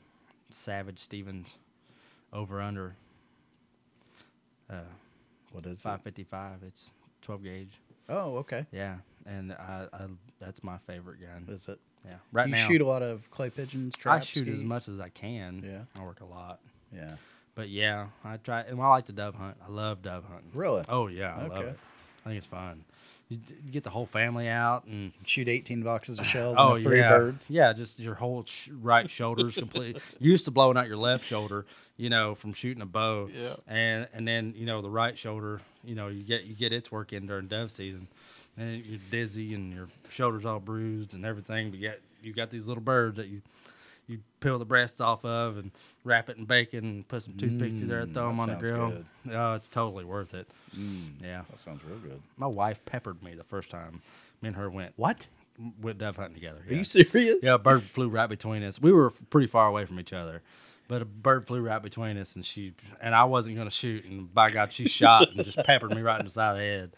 S6: Savage Stevens over under
S4: What is
S6: five fifty five. It's twelve gauge.
S4: it? Oh, okay.
S6: Yeah, and I, I that's my favorite gun.
S4: Is it?
S6: Yeah, right
S4: you
S6: now
S4: shoot a lot of clay pigeons.
S6: I
S4: Trap,
S6: shoot as
S4: ski?
S6: much as I can.
S4: Yeah.
S6: I work a lot,
S4: Yeah.
S6: but yeah, I try. And I like to dove hunt. I love dove hunting.
S4: Really?
S6: Oh yeah, I love
S4: Okay.
S6: it. I think it's fun. You, d- you get the whole family out and
S4: Shoot 18 boxes of shells
S6: Oh
S4: and three
S6: yeah,
S4: birds.
S6: yeah. Just your whole sh- right shoulder's completely. You're used to blowing out your left shoulder, you know, from shooting a bow.
S4: Yeah.
S6: And and then you know the right shoulder, you know, you get you get its work in during dove season, and you're dizzy and your shoulders all bruised and everything. But yet you got these little birds that you. You peel the breasts off of and wrap it in bacon and put some toothpicks through there and throw
S4: Mm, that
S6: them on the
S4: sounds
S6: grill.
S4: good. Mm.
S6: Oh, it's totally worth it. Yeah.
S4: That sounds real good.
S6: My wife peppered me the first time me and her went
S4: What?
S6: went dove hunting together.
S4: Are
S6: yeah.
S4: you serious?
S6: Yeah, a bird flew right between us. We were pretty far away from each other, but a bird flew right between us, and she and I wasn't gonna shoot, and by God, she shot and just peppered me right in the side of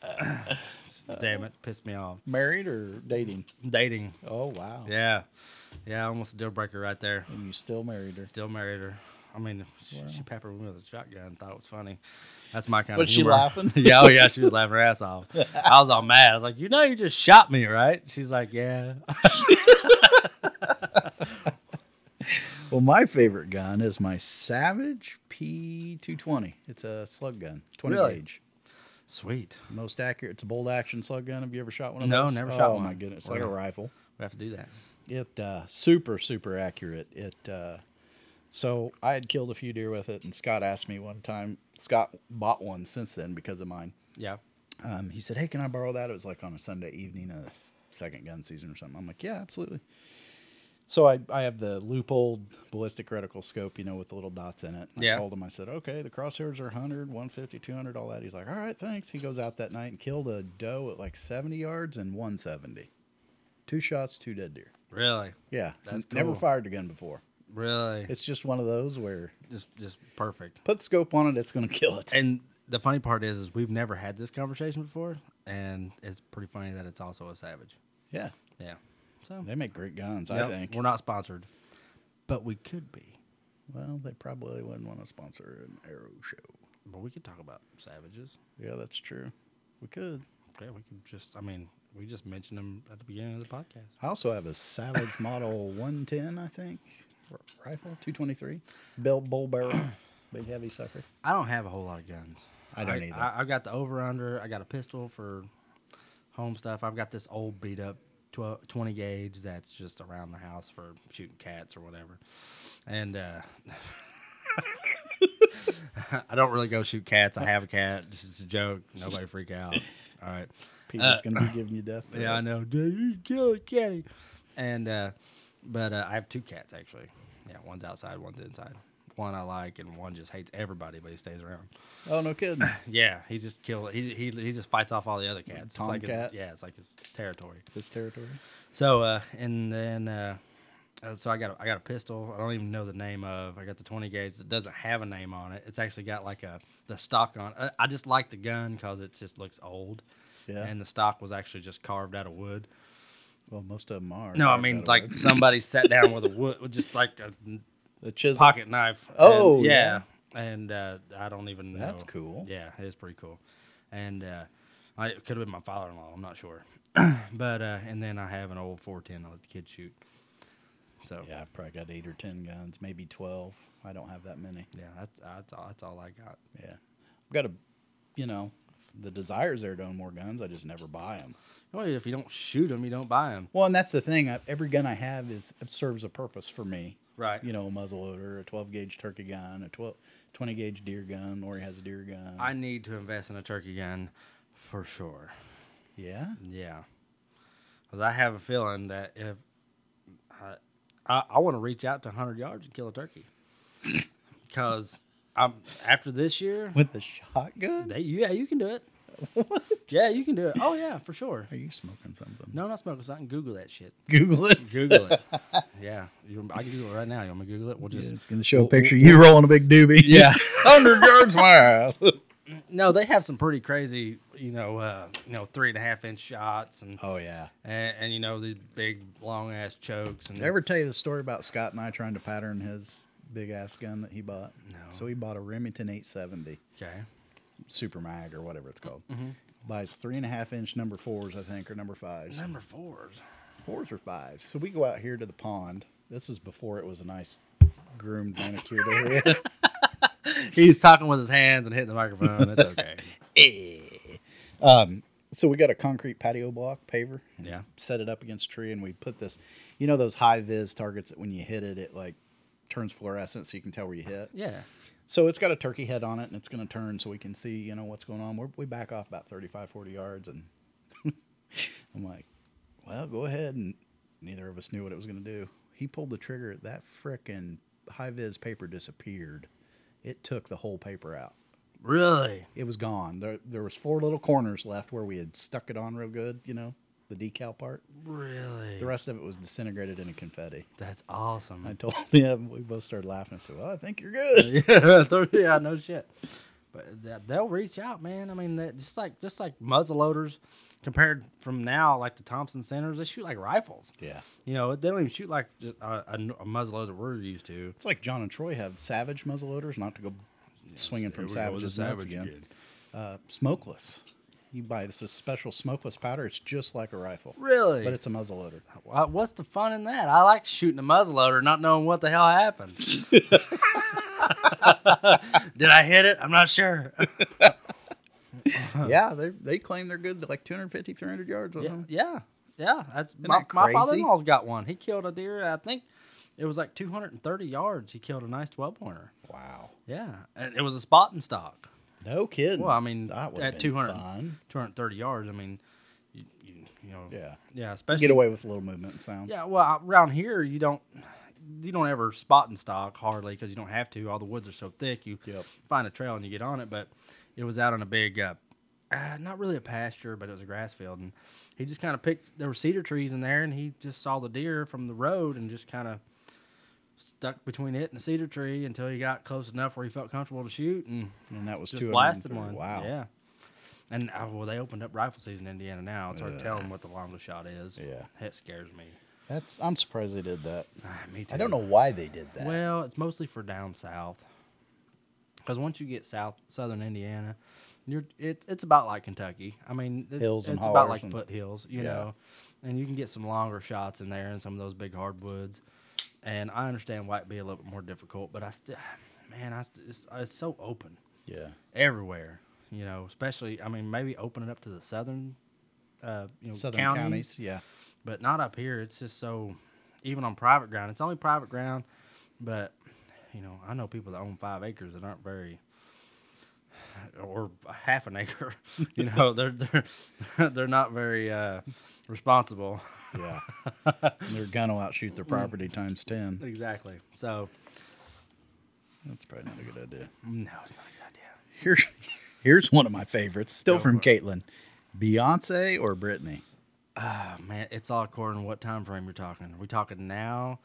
S6: the head. Damn it, pissed me off.
S4: Married or dating?
S6: Dating,
S4: Oh, wow.
S6: yeah, yeah, almost a deal breaker right there.
S4: And you still married her.
S6: Still married her. I mean, she, she peppered me with a shotgun. Thought it was funny. That's my kind
S4: Was
S6: of
S4: she
S6: humor.
S4: laughing?
S6: yeah, oh yeah, she was laughing her ass off. I was all mad. I was like, you know, you just shot me, right? She's like, yeah.
S4: Well, my favorite gun is my Savage P220. It's a slug gun, 20
S6: Really?
S4: gauge.
S6: Sweet.
S4: Most accurate. It's a bolt action slug gun. Have you ever shot one of
S6: No,
S4: those?
S6: never shot
S4: Oh,
S6: one.
S4: my goodness. It's
S6: We're
S4: like a
S6: gonna-
S4: rifle.
S6: We have to do that.
S4: It uh, super super accurate. It uh, so I had killed a few deer with it, and Scott asked me one time. Scott bought one since then because of mine.
S6: Yeah.
S4: Um, he said, "Hey, can I borrow that?" It was like on a Sunday evening, a second gun season or something. I'm like, "Yeah, absolutely." So I, I have the loophole ballistic reticle scope, you know, with the little dots in it. And
S6: Yeah.
S4: I told him, I said, okay, the crosshairs are 100, 150, 200, all that. He's like, all right, thanks. He goes out that night and killed a doe at like 70 yards and 170. Two shots, two dead deer.
S6: Really.
S4: Yeah,
S6: That's
S4: n- never
S6: cool.
S4: fired a gun before.
S6: Really.
S4: It's just one of those where
S6: just just perfect.
S4: put scope on it, it's gonna kill it.
S6: And the funny part is, is we've never had this conversation before, and it's pretty funny that it's also a savage.
S4: Yeah,
S6: Yeah. So
S4: they make great guns, I
S6: Nope,
S4: think.
S6: we're not sponsored, but we could be.
S4: Well, they probably wouldn't want to sponsor an arrow show.
S6: But we could talk about savages.
S4: Yeah, that's true. We could.
S6: Yeah, we could just. I mean, we just mentioned them at the beginning of the podcast.
S4: I also have a Savage Model 110, I think, r- rifle 223, built bull barrel, big heavy sucker.
S6: I don't have a whole lot of guns.
S4: I don't
S6: I,
S4: either.
S6: I, I've got the over under. I got a pistol for home stuff. I've got this old beat up 12, 20 gauge that's just around the house for shooting cats or whatever. And uh, I don't really go shoot cats. I have a cat. This is a joke. Nobody freak out. All right.
S4: People's gonna be giving you death.
S6: Uh, Yeah, I
S4: threats.
S6: know. Dude, you kill a kitty. And uh, but uh, I have two cats actually. Yeah, one's outside, one's inside. One I like, and one just hates everybody, but he stays around.
S4: Oh no, kidding.
S6: Yeah, he just kills. He, he he just fights off all the other cats. It's like his-
S4: Tomcat.
S6: yeah, it's like his territory.
S4: this territory.
S6: So uh, and then uh, uh, so I got a, I got a pistol. I don't even know the name of. I got the twenty gauge that doesn't have a name uh, on it. It's actually got like a the stock on. I, I just like the gun because it just looks old,
S4: Yeah.
S6: and the stock was actually just carved out of wood.
S4: Well, most of them are.
S6: No, I
S4: Right,
S6: mean
S4: that
S6: like
S4: way.
S6: somebody sat down with a wood, with just like a
S4: the chisel.
S6: pocket knife.
S4: Oh,
S6: And- yeah. And uh, I don't even know.
S4: That's cool.
S6: Yeah, it is pretty cool. And uh, I, it could have been my father-in-law. I'm not sure. but uh, and then I have an old 410. I let the kids shoot. So yeah,
S4: Yeah, I've probably got eight or ten guns, maybe twelve. I don't have that many.
S6: that's that's all, that's all I got.
S4: Yeah, I've got a, you know, the desires there to own more guns. I just never buy them.
S6: Well, if you don't shoot them, you don't buy them.
S4: Well, and that's the thing. I, every gun I have is it serves a purpose for me.
S6: Right.
S4: You know, a muzzle loader, a 12 gauge turkey gun, a 12, 20 gauge deer gun. Lori has a deer gun.
S6: I need to invest in a turkey gun, for sure.
S4: yeah.
S6: Yeah, because I have a feeling that if I, I, I want to reach out to 100 yards and kill a turkey, because I'm after this year.
S4: With the shotgun?
S6: They, yeah, you can do it. Yeah, you can do it. Oh yeah, for sure.
S4: Are you smoking something?
S6: No, I'm not smoking. So I can Google that shit.
S4: Google it.
S6: Google it. yeah, you, I can Google it right now. You want me to Google it? We'll just
S4: it's going to show a picture of you rolling a big doobie.
S6: yeah.
S4: 100 yards wise.
S6: No, they have some pretty crazy, you know, uh, you know, three and a half inch shots and
S4: Oh, yeah.
S6: and, and you know these big long ass chokes and
S4: Did I ever tell you the story about Scott and I trying to pattern his big ass gun that he bought?
S6: No.
S4: So he bought a Remington 870.
S6: okay,
S4: Super Mag or whatever it's called.
S6: Mm-hmm.
S4: Buys three and a half inch number fours, I think, or number fives.
S6: number fours.
S4: Fours or fives. So we go out here to the pond. This is before it was a nice groomed manicured area.
S6: He's talking with his hands and hitting the microphone. That's okay.
S4: so we got a concrete patio block paver. and
S6: Yeah.
S4: Set it up against a tree and we put this, you know, those high vis targets that when you hit it, it like turns fluorescent so you can tell where you hit.
S6: yeah,
S4: So it's got a turkey head on it and it's going to turn so we can see, you know, what's going on. We're, we back off about 35, 40 yards. And I'm like, well, go ahead. And neither of us knew what it was going to do. He pulled the trigger. That frickin' high vis paper disappeared. It took the whole paper out.
S6: really.
S4: It was gone. There, there was four little corners left where we had stuck it on real good, you know, the decal part.
S6: Really?
S4: The rest of it was disintegrated into confetti.
S6: That's
S4: I
S6: awesome.
S4: told him, we both started laughing. I said, well, I think you're good.
S6: yeah, yeah, no shit. But that, they'll reach out, man. I mean, that just like just like muzzleloaders, compared from now, like the Thompson Centers, they shoot like rifles.
S4: Yeah.
S6: You know, they don't even shoot like a, a, a muzzleloader we're used to.
S4: It's like John and Troy have savage muzzleloaders, not to go swinging from
S6: Here we go with the
S4: savages nuts again. Uh, smokeless. You buy this is special smokeless powder. It's just like a rifle,
S6: Really?
S4: but it's a muzzleloader.
S6: Why- What's the fun in that? I like shooting a muzzleloader, not knowing what the hell happened. Did I hit it? I'm not sure.
S4: Yeah, they they claim they're good to like 250, 300 yards with
S6: yeah,
S4: them.
S6: yeah, yeah. That's my,
S4: Mm-hmm. that
S6: my
S4: crazy?
S6: father-in-law's got one. He killed a deer. I think it was like 230 yards. He killed a nice 12 pointer.
S4: Wow,
S6: Yeah, and it was a spot and stock.
S4: no kidding.
S6: Well, I mean,
S4: that would
S6: at
S4: two
S6: 200,
S4: hundred,
S6: 230 yards. I mean, you, you, you know,
S4: Yeah.
S6: yeah, especially
S4: get away with a little movement and sound.
S6: Yeah, well, around here you don't you don't ever spot and stock hardly because you don't have to. All the woods are so thick. You
S4: Yep.
S6: find a trail and you get on it. But it was out on a big, uh, uh, not really a pasture, but it was a grass field, and he just kind of picked. There were cedar trees in there, and he just saw the deer from the road and just kind of stuck between it and the cedar tree until he got close enough where he felt comfortable to shoot and
S4: and that was
S6: just
S4: two
S6: blasted one.
S4: Wow,
S6: Yeah. And uh, well, they opened up rifle season in Indiana now. It's hard to tell them what the longest shot is.
S4: Yeah.
S6: that scares me.
S4: that's I'm surprised they did that.
S6: Ah, me too.
S4: I don't know why they did that.
S6: Well, it's mostly for down south. Because once you get south, southern Indiana, you're it, it's about like Kentucky. I mean, it's,
S4: Hills and
S6: it's about
S4: hollers
S6: like
S4: and-
S6: foothills, you
S4: Yeah.
S6: know, and you can get some longer shots in there and some of those big hardwoods. And I understand why it'd be a little bit more difficult, but I still, man, I st- it's, it's so open
S4: yeah,
S6: everywhere, you know, especially, I mean, maybe open it up to the southern, uh, you know,
S4: southern
S6: counties,
S4: counties. Yeah,
S6: but not up here. It's just so, even on private ground, it's only private ground, but you know, I know people that own five acres that aren't very, or half an acre. You know, they're they're they're not very uh, responsible.
S4: yeah. Their gun will outshoot their property times ten.
S6: Exactly. So mm,
S4: That's probably not a good idea.
S6: no, it's not a good idea.
S4: Here's here's one of my favorites, still from Caitlin. Beyonce or Britney?
S6: Oh, man, it's all according to what time frame you're talking. Are we talking now?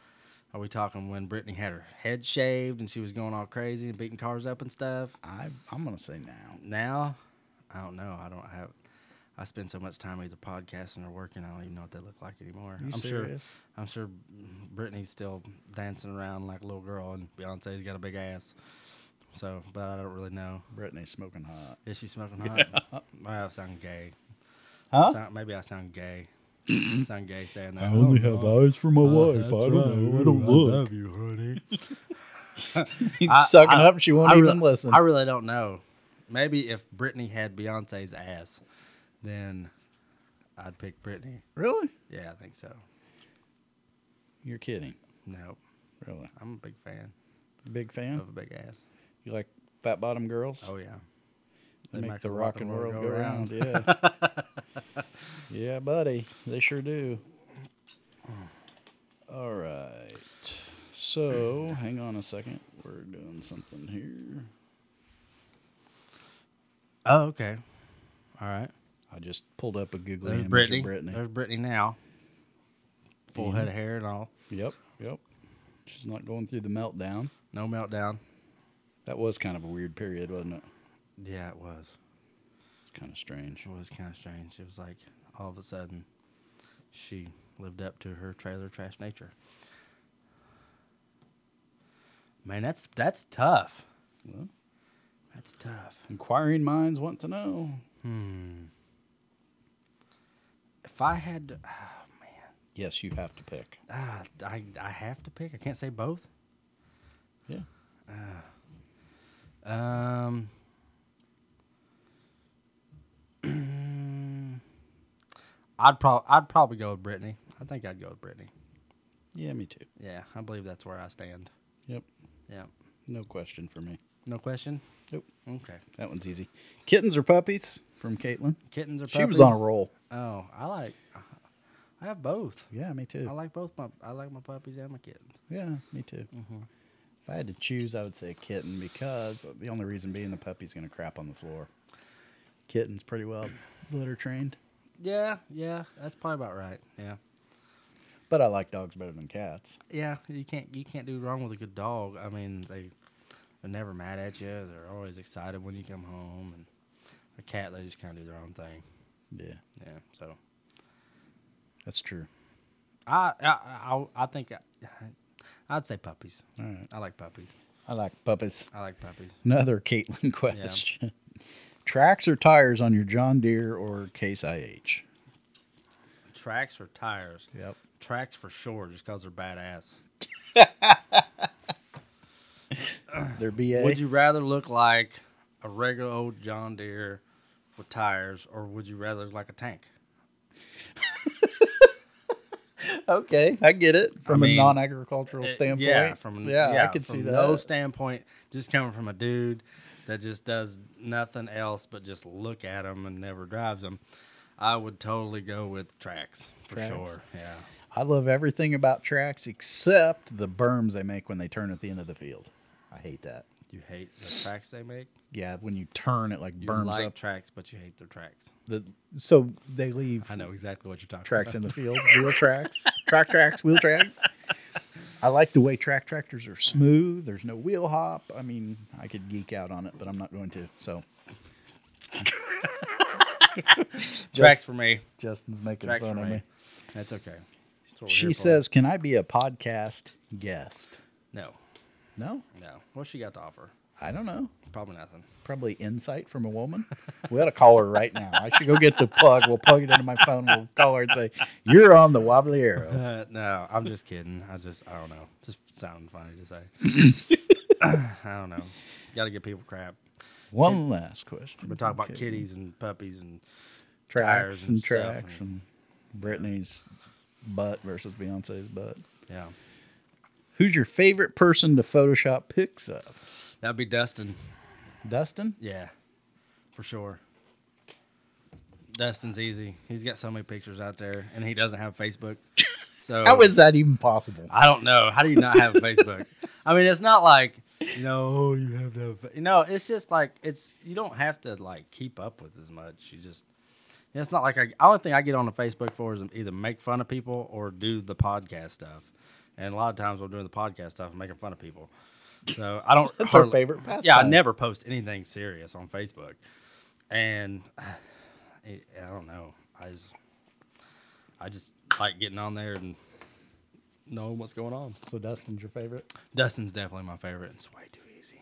S6: Are we talking when Brittany had her head shaved and she was going all crazy and beating cars up and stuff?
S4: I I'm gonna say now.
S6: now i don't know i don't have I spend so much time either podcasting or working. I don't even know what they look like anymore.
S4: You
S6: I'm
S4: serious?
S6: sure. I'm sure Britney's still dancing around like a little girl, and Beyonce's got a big ass. So, but I don't really know.
S4: Brittany's smoking hot.
S6: Is she smoking hot? I sound gay.
S4: Huh?
S6: Sound- maybe I sound gay. sound gay saying that.
S7: I only have
S6: Oh,
S7: eyes for my wife. I
S6: that's
S7: don't
S6: right.
S7: know. I don't look.
S6: you, honey.
S4: He's
S6: I-
S4: sucking
S6: I-
S4: up. She won't
S6: I
S4: even
S6: re-
S4: listen.
S6: I really don't know. Maybe if Britney had Beyonce's ass, then I'd pick Britney.
S4: really?
S6: Yeah, I think so.
S4: You're kidding.
S6: Nope.
S4: Really?
S6: I'm a big fan
S4: Big fan?
S6: of a big ass.
S4: You like fat bottom girls?
S6: Um, Oh yeah.
S4: They make, the rock and world go round. Yeah. yeah, buddy. They sure do. All right. So, hang on a second. We're doing something here.
S6: Oh okay. All right.
S4: I just pulled up a Google
S6: There's
S4: image
S6: Brittany.
S4: of Brittany.
S6: There's Brittany now. Full head of hair and all.
S4: Yep, yep. She's not going through the meltdown.
S6: No meltdown.
S4: That was kind of a weird period, wasn't it?
S6: Yeah, it was.
S4: It's kind of strange.
S6: It was kind of strange. It was like all of a sudden she lived up to her trailer trash nature. Man, that's that's tough.
S4: Well,
S6: That's tough. Hmm.
S4: inquiring minds want to know.
S6: If I had to, ah,
S4: Yes, you have to pick.
S6: ah, I I have to pick. I can't say both.
S4: Yeah.
S6: Um. I'd probably I'd probably go with Brittany. I think I'd go with Brittany.
S4: Yeah, me too.
S6: Yeah, I believe that's where I stand.
S4: Yep.
S6: Yeah.
S4: No question for me.
S6: No question.
S4: Nope.
S6: Okay.
S4: That one's easy. Kittens or puppies from Caitlin.
S6: Kittens or puppies?
S4: She was on a roll.
S6: Oh, I like. I have both.
S4: Yeah, me too.
S6: I like both my. I like my puppies and my kittens.
S4: Yeah, me too.
S6: Mm-hmm.
S4: If I had to choose, I would say kitten because the only reason being the puppy's going to crap on the floor. Kitten's pretty well litter trained,
S6: Yeah, yeah, that's probably about right. Yeah,
S4: but I like dogs better than cats.
S6: yeah. You can't you can't do wrong with a good dog. I mean, they they're never mad at you. They're always excited when you come home. And a cat, they just kind of do their own thing.
S4: Yeah,
S6: Yeah. So
S4: that's true.
S6: I I I, I think I, I'd say puppies.
S4: All right.
S6: I like puppies.
S4: I like puppies.
S6: I like puppies.
S4: Another Caitlin question. Tracks or tires on your John Deere or Case IH?
S6: Tracks or tires?
S4: Yep.
S6: Tracks for sure, just because they're badass.
S4: They're BA.
S6: Would you rather look like a regular old John Deere with tires, or would you rather look like a tank?
S4: okay, I get it from
S6: mean,
S4: a non-agricultural
S6: Uh,
S4: standpoint.
S6: yeah, from
S4: yeah, I could
S6: from
S4: see that.
S6: No standpoint, just coming from a dude that just does nothing else but just look at them and never drives them. I would totally go with tracks for
S4: Tracks.
S6: sure. Yeah,
S4: I love everything about tracks except the berms they make when they turn at the end of the field. I hate that.
S6: you hate the tracks they make.
S4: Yeah, when you turn it like
S6: You
S4: berms
S6: like
S4: up
S6: tracks, but you hate their tracks.
S4: the so they leave
S6: I know exactly what you're talking
S4: tracks
S6: about.
S4: in the field, wheel tracks, track tracks, wheel tracks. I like the way track tractors are smooth. There's no wheel hop. I mean, I could geek out on it, but I'm not going to. So
S6: Tracks for me.
S4: Justin's making
S6: Tracks for
S4: fun of
S6: me.
S4: me.
S6: That's okay. That's what we're here
S4: She
S6: for.
S4: says, "Can I be a podcast guest?"
S6: no,
S4: No,
S6: no. What's she got to offer?
S4: I don't know.
S6: Probably nothing.
S4: probably insight from a woman. We ought to call her right now. I should go get the plug. We'll plug it into my phone. We'll call her and say, "You're on the wobbly arrow."
S6: Uh, no, I'm just kidding. I just, I don't know. Just sounding funny to say. I don't know. Got to give people crap.
S4: One last question.
S6: We talk about
S4: Okay.
S6: kitties and puppies and tires
S4: tracks
S6: and
S4: and
S6: stuff
S4: tracks and Britney's butt versus Beyonce's butt.
S6: yeah,
S4: Who's your favorite person to Photoshop pics of?
S6: that'd be Dustin.
S4: Dustin.
S6: Yeah, for sure. Dustin's easy. He's got so many pictures out there, and he doesn't have Facebook. So
S4: How is that even possible?
S6: I don't know. How do you not have a Facebook? I mean, it's not like you know oh, you have to. Have a fa-" No, it's just like it's you don't have to like keep up with as much. You just it's not like I. The only thing I get on the Facebook for is either make fun of people or do the podcast stuff. And a lot of times I'm doing the podcast stuff and making fun of people. So I don't.
S4: That's our favorite
S6: Yeah, I
S4: pastime.
S6: never post anything serious on Facebook, and it, I don't know. I just, I just like getting on there and knowing what's going on.
S4: So Dustin's your favorite?
S6: Dustin's definitely my favorite. It's way too easy.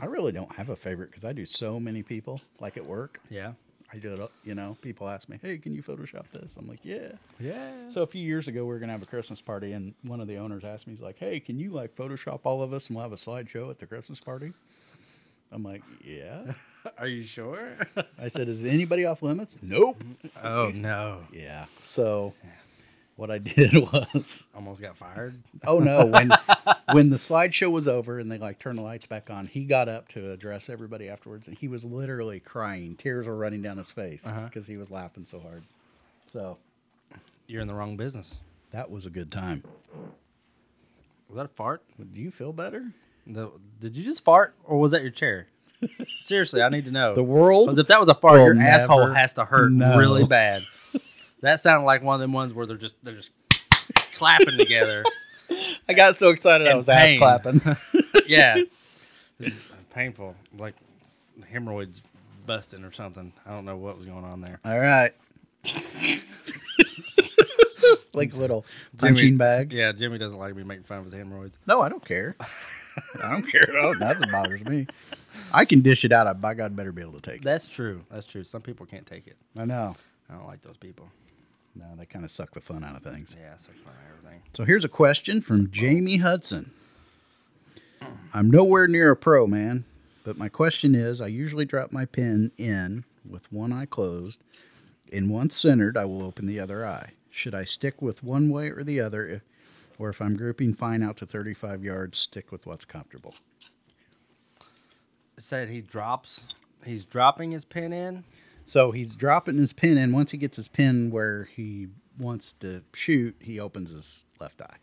S4: I really don't have a favorite because I do so many people. Like at work,
S6: Yeah.
S4: I do it. You know, people ask me, "Hey, can you Photoshop this?" I'm like, "Yeah."
S6: Yeah.
S4: So a few years ago, we were gonna have a Christmas party, and one of the owners asked me, "He's like, hey, can you like Photoshop all of us and we'll have a slideshow at the Christmas party?" I'm like, "Yeah."
S6: Are you sure?
S4: I said, "Is anybody off limits?" Nope.
S6: oh no!
S4: Yeah. So what I did was,
S6: Almost got fired.
S4: oh no, when when the slideshow was over and they like turned the lights back on, he got up to address everybody afterwards, and he was literally crying. Tears were running down his face
S6: Uh-huh.
S4: because he was laughing so hard. So
S6: You're in the wrong business.
S4: that was a good time.
S6: Was that a fart?
S4: Do you feel better?
S6: The, did you just fart, or was that your chair? Seriously, I need to know.
S4: The world
S6: Because if that was a fart, your
S4: will
S6: asshole
S4: never
S6: has to hurt
S4: know.
S6: really bad. That sounded like one of them ones where they're just they're just clapping together.
S4: I got so excited I
S6: And
S4: was ass
S6: pain.
S4: clapping.
S6: Yeah, It's painful, like hemorrhoids busting or something. I don't know what was going on there.
S4: All right. like little punching bag.
S6: Yeah, Jimmy doesn't like me making fun of his hemorrhoids.
S4: No, I don't care. I don't care at all. Nothing bothers me. I can dish it out. I by God better be able to take it.
S6: That's true. That's true. Some people can't take it.
S4: I know.
S6: I don't like those people.
S4: No, they kind of suck the fun out of things.
S6: Yeah, I suck fun at everything.
S4: So here's a question from Jamie Hudson. I'm nowhere near a pro, man, but my question is I usually drop my pen in with one eye closed. In one centered, I will open the other eye. Should I stick with one way or the other? If, or if I'm grouping fine out to 35 yards, stick with what's comfortable.
S6: It said he drops. He's dropping his pen in.
S4: So he's dropping his pin in. Once he gets his pin where he wants to shoot, he opens his left eye.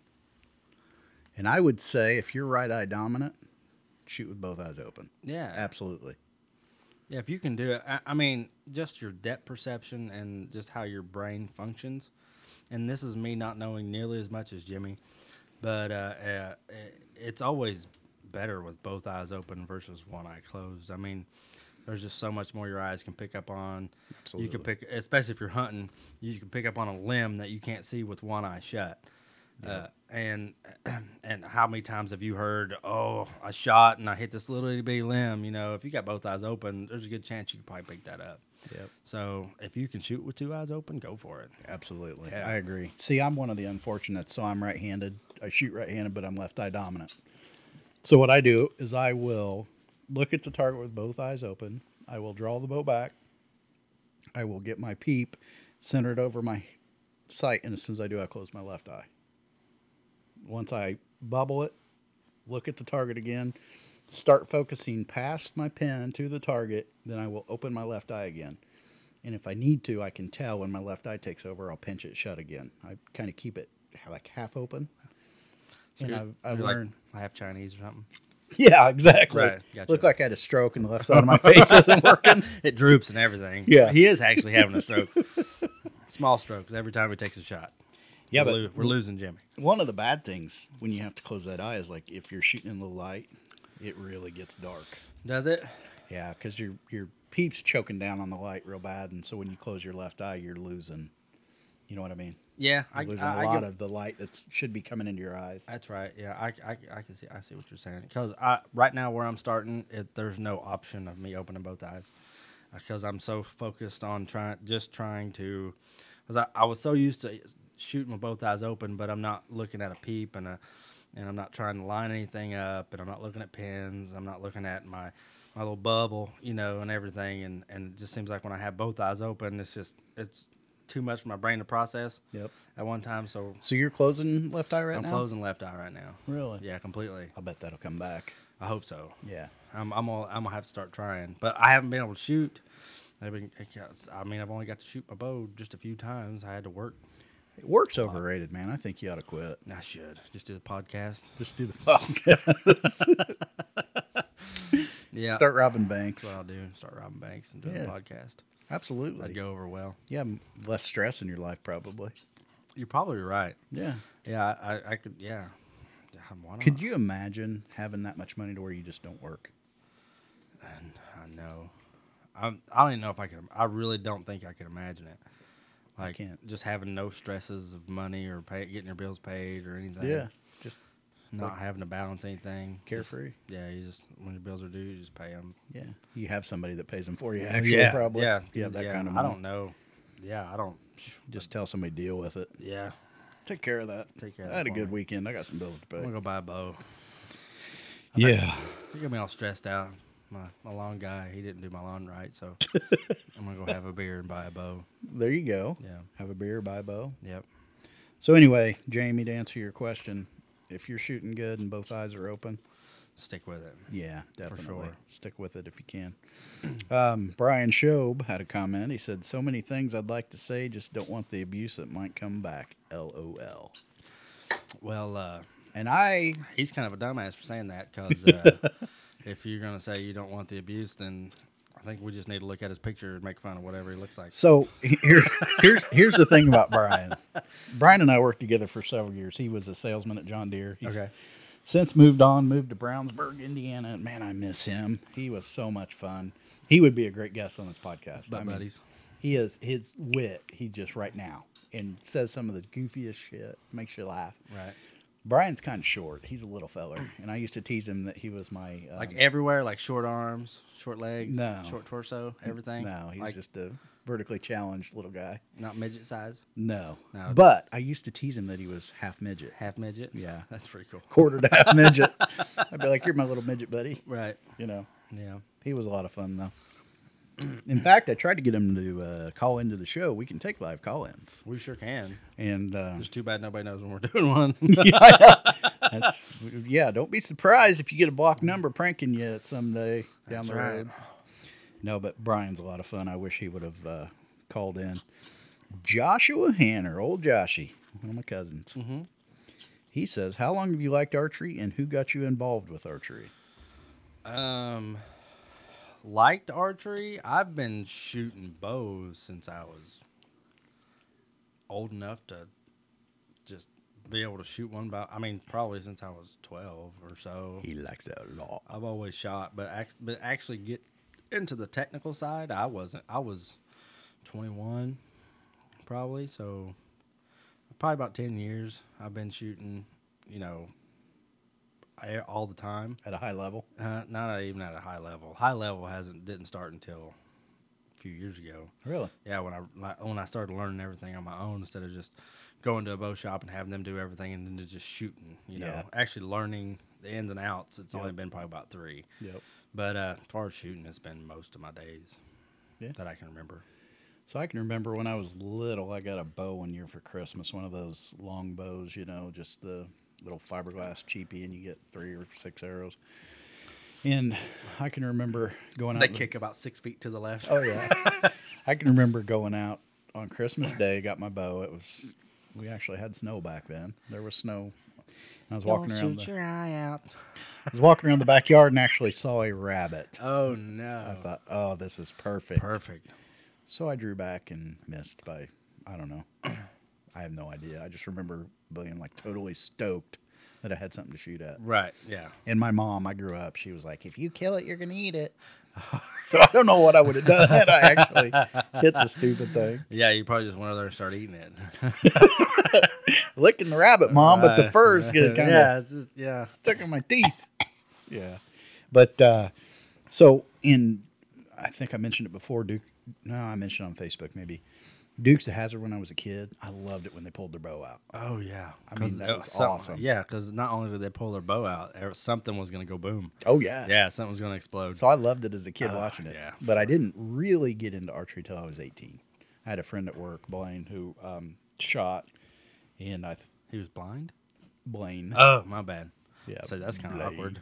S4: And I would say if you're right eye dominant, shoot with both eyes open.
S6: Yeah,
S4: Absolutely.
S6: Yeah, if you can do it, I, I mean, just your depth perception and just how your brain functions. And this is me not knowing nearly as much as Jimmy, but uh, uh, it, it's always better with both eyes open versus one eye closed. I mean, there's just so much more your eyes can pick up on. You can pick, especially if you're hunting, you can pick up on a limb that you can't see with one eye shut. Uh, and and how many times have you heard, oh, I shot and I hit this little itty bitty limb? You know, if you got both eyes open, there's a good chance you could probably pick that up.
S4: Yep.
S6: So if you can shoot with two eyes open, go for it.
S4: Absolutely.
S6: Yeah.
S4: I agree. See, I'm one of the unfortunate, so I'm right handed. I shoot right handed, but I'm left eye dominant. So what I do is I will look at the target with both eyes open. I will draw the bow back. I will get my peep centered over my sight, and as soon as I do, I close my left eye. Once I bubble it, look at the target again, start focusing past my pen to the target, then I will open my left eye again. And if I need to, I can tell when my left eye takes over, I'll pinch it shut again. I kind of keep it like half open.
S6: So
S4: and
S6: you're-
S4: I've, I've
S6: you're like
S4: learned.
S6: half Chinese or something.
S4: Yeah, exactly.
S6: Right, gotcha.
S4: Look like I had a stroke and the left side of my face isn't working.
S6: It droops and everything.
S4: Yeah.
S6: he is actually having a stroke. Small strokes every time he takes a shot.
S4: Yeah,
S6: we're,
S4: but
S6: lo- we're losing Jimmy.
S4: one of the bad things when you have to close that eye is like if you're shooting in the light, it really gets dark.
S6: Does it?
S4: Yeah, because your your peep's choking down on the light real bad, and so when you close your left eye, you're losing. You know what I mean?
S6: Yeah, I,
S4: You're losing
S6: I-
S4: a
S6: I
S4: lot
S6: get-
S4: of the light that should be coming into your eyes.
S6: That's right. Yeah, I, I, I can see I see what you're saying because I right now where I'm starting, it, there's no option of me opening both eyes because I'm so focused on trying just trying to because I, I was so used to shooting with both eyes open, but I'm not looking at a peep and a and I'm not trying to line anything up and I'm not looking at pins. I'm not looking at my my little bubble, you know, and everything. And and it just seems like when I have both eyes open, it's just it's too much for my brain to process.
S4: Yep.
S6: At one time, so
S4: So you're closing left eye right
S6: I'm
S4: now.
S6: closing left eye right now.
S4: Really?
S6: Yeah, completely.
S4: I bet that'll come back.
S6: I hope so.
S4: Yeah.
S6: I'm I'm all, I'm gonna have to start trying, but I haven't been able to shoot. I've been, I mean, I've only got to shoot my bow just a few times. I had to work.
S4: Work's overrated, man. I think you ought to quit.
S6: I should just do the podcast.
S4: Just do the podcast.
S6: Yeah,
S4: Start robbing banks.
S6: that's what I'll do. Start robbing banks and doing
S4: Yeah.
S6: the podcast.
S4: Absolutely.
S6: That'd go over well.
S4: Yeah, m- less stress in your life probably.
S6: You're probably right.
S4: Yeah.
S6: Yeah, I, I, I could. Yeah, Yeah, why not?
S4: Could you imagine having that much money to where you just don't work?
S6: I know. I'm, I don't even know if I could. I really don't think I could imagine it. Like
S4: can't.
S6: just having no stresses of money or pay, getting your bills paid or anything.
S4: Yeah, just
S6: Not having to balance anything.
S4: carefree.
S6: Yeah, you just when your bills are due, you just pay them.
S4: Yeah, you have somebody that pays them for you. Actually,
S6: yeah,
S4: probably.
S6: Yeah,
S4: yeah, that kind of.
S6: I
S4: Money.
S6: don't know. Yeah, I don't.
S4: Just tell somebody to deal with it.
S6: Yeah,
S4: Take care of that.
S6: Take care of
S4: I had
S6: that
S4: a
S6: for
S4: good
S6: me.
S4: weekend. I got some bills to pay.
S6: I'm gonna go buy a bow.
S4: Yeah,
S6: You're gonna be all stressed out. My my lawn guy, he didn't do my lawn right, so I'm gonna go have a beer and buy a bow.
S4: there you go.
S6: Yeah.
S4: Have a beer, buy a bow.
S6: Yep.
S4: So anyway, Jamie, to answer your question, if you're shooting good and both eyes are open,
S6: Stick with it.
S4: yeah, definitely
S6: sure.
S4: stick with it if you can. Um, Brian Shobe had a comment. He said, "So many things I'd like to say, just don't want the abuse that might come back." LOL.
S6: Well, uh,
S4: And I,
S6: he's kind of a dumbass for saying that because uh, if you're gonna say you don't want the abuse, then I think we just need to look at his picture and make fun of whatever he looks like.
S4: so here, here's here's the thing about Brian. Brian and I worked together for several years. He was a salesman at John Deere. He's
S6: Okay.
S4: since moved on, moved to Brownsburg, Indiana, and man, I miss him. He was so much fun. He would be a great guest on this podcast.
S6: Butt
S4: I mean,
S6: buddies.
S4: He is his wit. He just right now and says some of the goofiest shit, makes you laugh.
S6: Right.
S4: Brian's kind of short. He's a little feller, and I used to tease him that he was my um,
S6: Like everywhere, like short arms, short legs,
S4: No.
S6: short torso, everything.
S4: no, he's
S6: Like,
S4: just a vertically challenged little guy.
S6: not midget size,
S4: No,
S6: No.
S4: but I used to tease him that he was half midget,
S6: half midget.
S4: Yeah.
S6: that's pretty cool.
S4: quarter to half midget. I'd be like, "You're my little midget buddy,"
S6: Right.
S4: you know.
S6: Yeah.
S4: He was a lot of fun though. In fact, I tried to get him to uh, call into the show. We can take live call-ins,
S6: We sure can.
S4: and uh,
S6: It's too bad nobody knows when we're doing one.
S4: that's yeah. Don't be surprised if you get a block number pranking you someday down
S6: That's
S4: the
S6: right.
S4: road. No, but Brian's a lot of fun. I wish he would have uh, called in. Joshua Hanner, old Joshy, one of my cousins.
S6: Mm-hmm.
S4: He says, "How long have you liked archery, and who got you involved with archery?"
S6: Um, liked archery. I've been shooting bows since I was old enough to just be able to shoot one bow. I mean, probably since I was twelve or so.
S4: He likes that a lot.
S6: I've always shot, but act, but actually get into the technical side, I wasn't. I was twenty one, probably. So probably about ten years. I've been shooting. You know, a- all the time.
S4: At a high level,
S6: Uh, not even at a high level. High level hasn't didn't start until a few years ago.
S4: really?
S6: Yeah, when I like, when I started learning everything on my own instead of just going to a bow shop and having them do everything and then to just shooting. You know,
S4: Yeah.
S6: actually learning the ins and outs. It's only
S4: Yep.
S6: been probably about three.
S4: Yep.
S6: But uh, as far as shooting, it's been most of my days
S4: Yeah.
S6: that I can remember.
S4: So I can remember when I was little, I got a bow one year for Christmas, one of those long bows, you know, just the little fiberglass cheapie, and you get three or six arrows. And I can remember going out.
S6: They
S4: with-
S6: kick about six feet to the left.
S4: Oh yeah. I can remember going out on Christmas Day, got my bow. It was we actually had snow back then. There was snow. I was walking around. The,
S6: eye out.
S4: I was walking around the backyard and actually saw a rabbit.
S6: Oh no!
S4: I thought, oh, this is perfect.
S6: Perfect.
S4: So I drew back and missed by, I don't know. I have no idea. I just remember being like totally stoked that I had something to shoot at.
S6: Right. Yeah.
S4: And my mom, I grew up, she was like, if you kill it, you're going to eat it. so I don't know what I would have done had I actually hit the stupid thing.
S6: Yeah. You probably just went over there and started eating it.
S4: Licking the rabbit, mom, but the
S6: Right.
S4: fur's get kind of
S6: yeah, it's just, yeah.
S4: stuck in my teeth. yeah. But uh, so in, I think I mentioned it before, Duke. No, I mentioned it on Facebook maybe. Duke's a hazard when I was a kid. I loved it when they pulled their bow out.
S6: Oh yeah,
S4: I mean,
S6: 'Cause
S4: that
S6: it
S4: was
S6: some-
S4: awesome.
S6: Yeah, because not only did they pull their bow out, there was- something was going to go boom.
S4: Oh yeah.
S6: Yeah, something was going to explode.
S4: So I loved it as a kid watching it.
S6: yeah,
S4: but I didn't really get into archery till I was 18. I had a friend at work, Blaine, who um, shot, and I, th-
S6: he was blind.
S4: Blaine,
S6: Oh, my bad.
S4: Yeah,
S6: so that's kind of
S4: blade.
S6: awkward.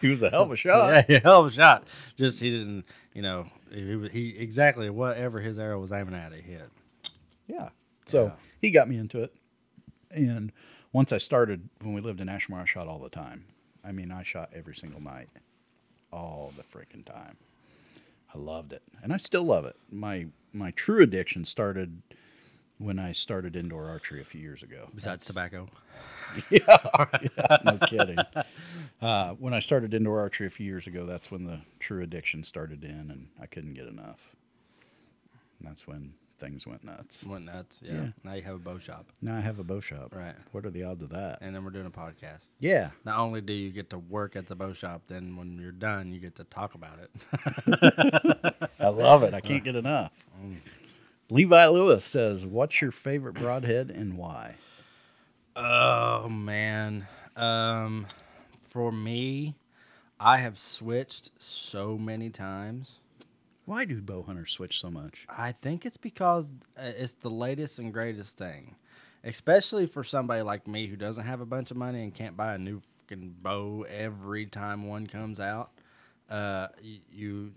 S4: he was a hell of a
S6: So,
S4: shot.
S6: yeah, yeah, hell of a shot. Just he didn't, you know, he, was- he exactly whatever his arrow was aiming at, it hit.
S4: Yeah. So
S6: Yeah.
S4: he got me into it. And once I started, when we lived in Ashmore, I shot all the time. I mean, I shot every single night, all the freaking time. I loved it, and I still love it. My my true addiction started when I started indoor archery a few years ago.
S6: Besides tobacco.
S4: no kidding. Uh, when I started indoor archery a few years ago, that's when the true addiction started in, and I couldn't get enough. And that's when things went nuts.
S6: Went nuts. Yeah.
S4: Yeah.
S6: Now you have a bow shop.
S4: Now I have a bow shop.
S6: Right.
S4: What are the odds of that?
S6: And then we're doing a podcast.
S4: yeah.
S6: Not only do you get to work at the bow shop, then when you're done, you get to talk about it.
S4: I love it. I can't get enough. Levi Lewis says, "What's your favorite broadhead and why?"
S6: oh man. Um for me, I have switched so many times.
S4: Why do bow hunters switch so much?
S6: I think it's because uh, it's the latest and greatest thing, especially for somebody like me who doesn't have a bunch of money and can't buy a new fucking bow every time one comes out. Uh, y- you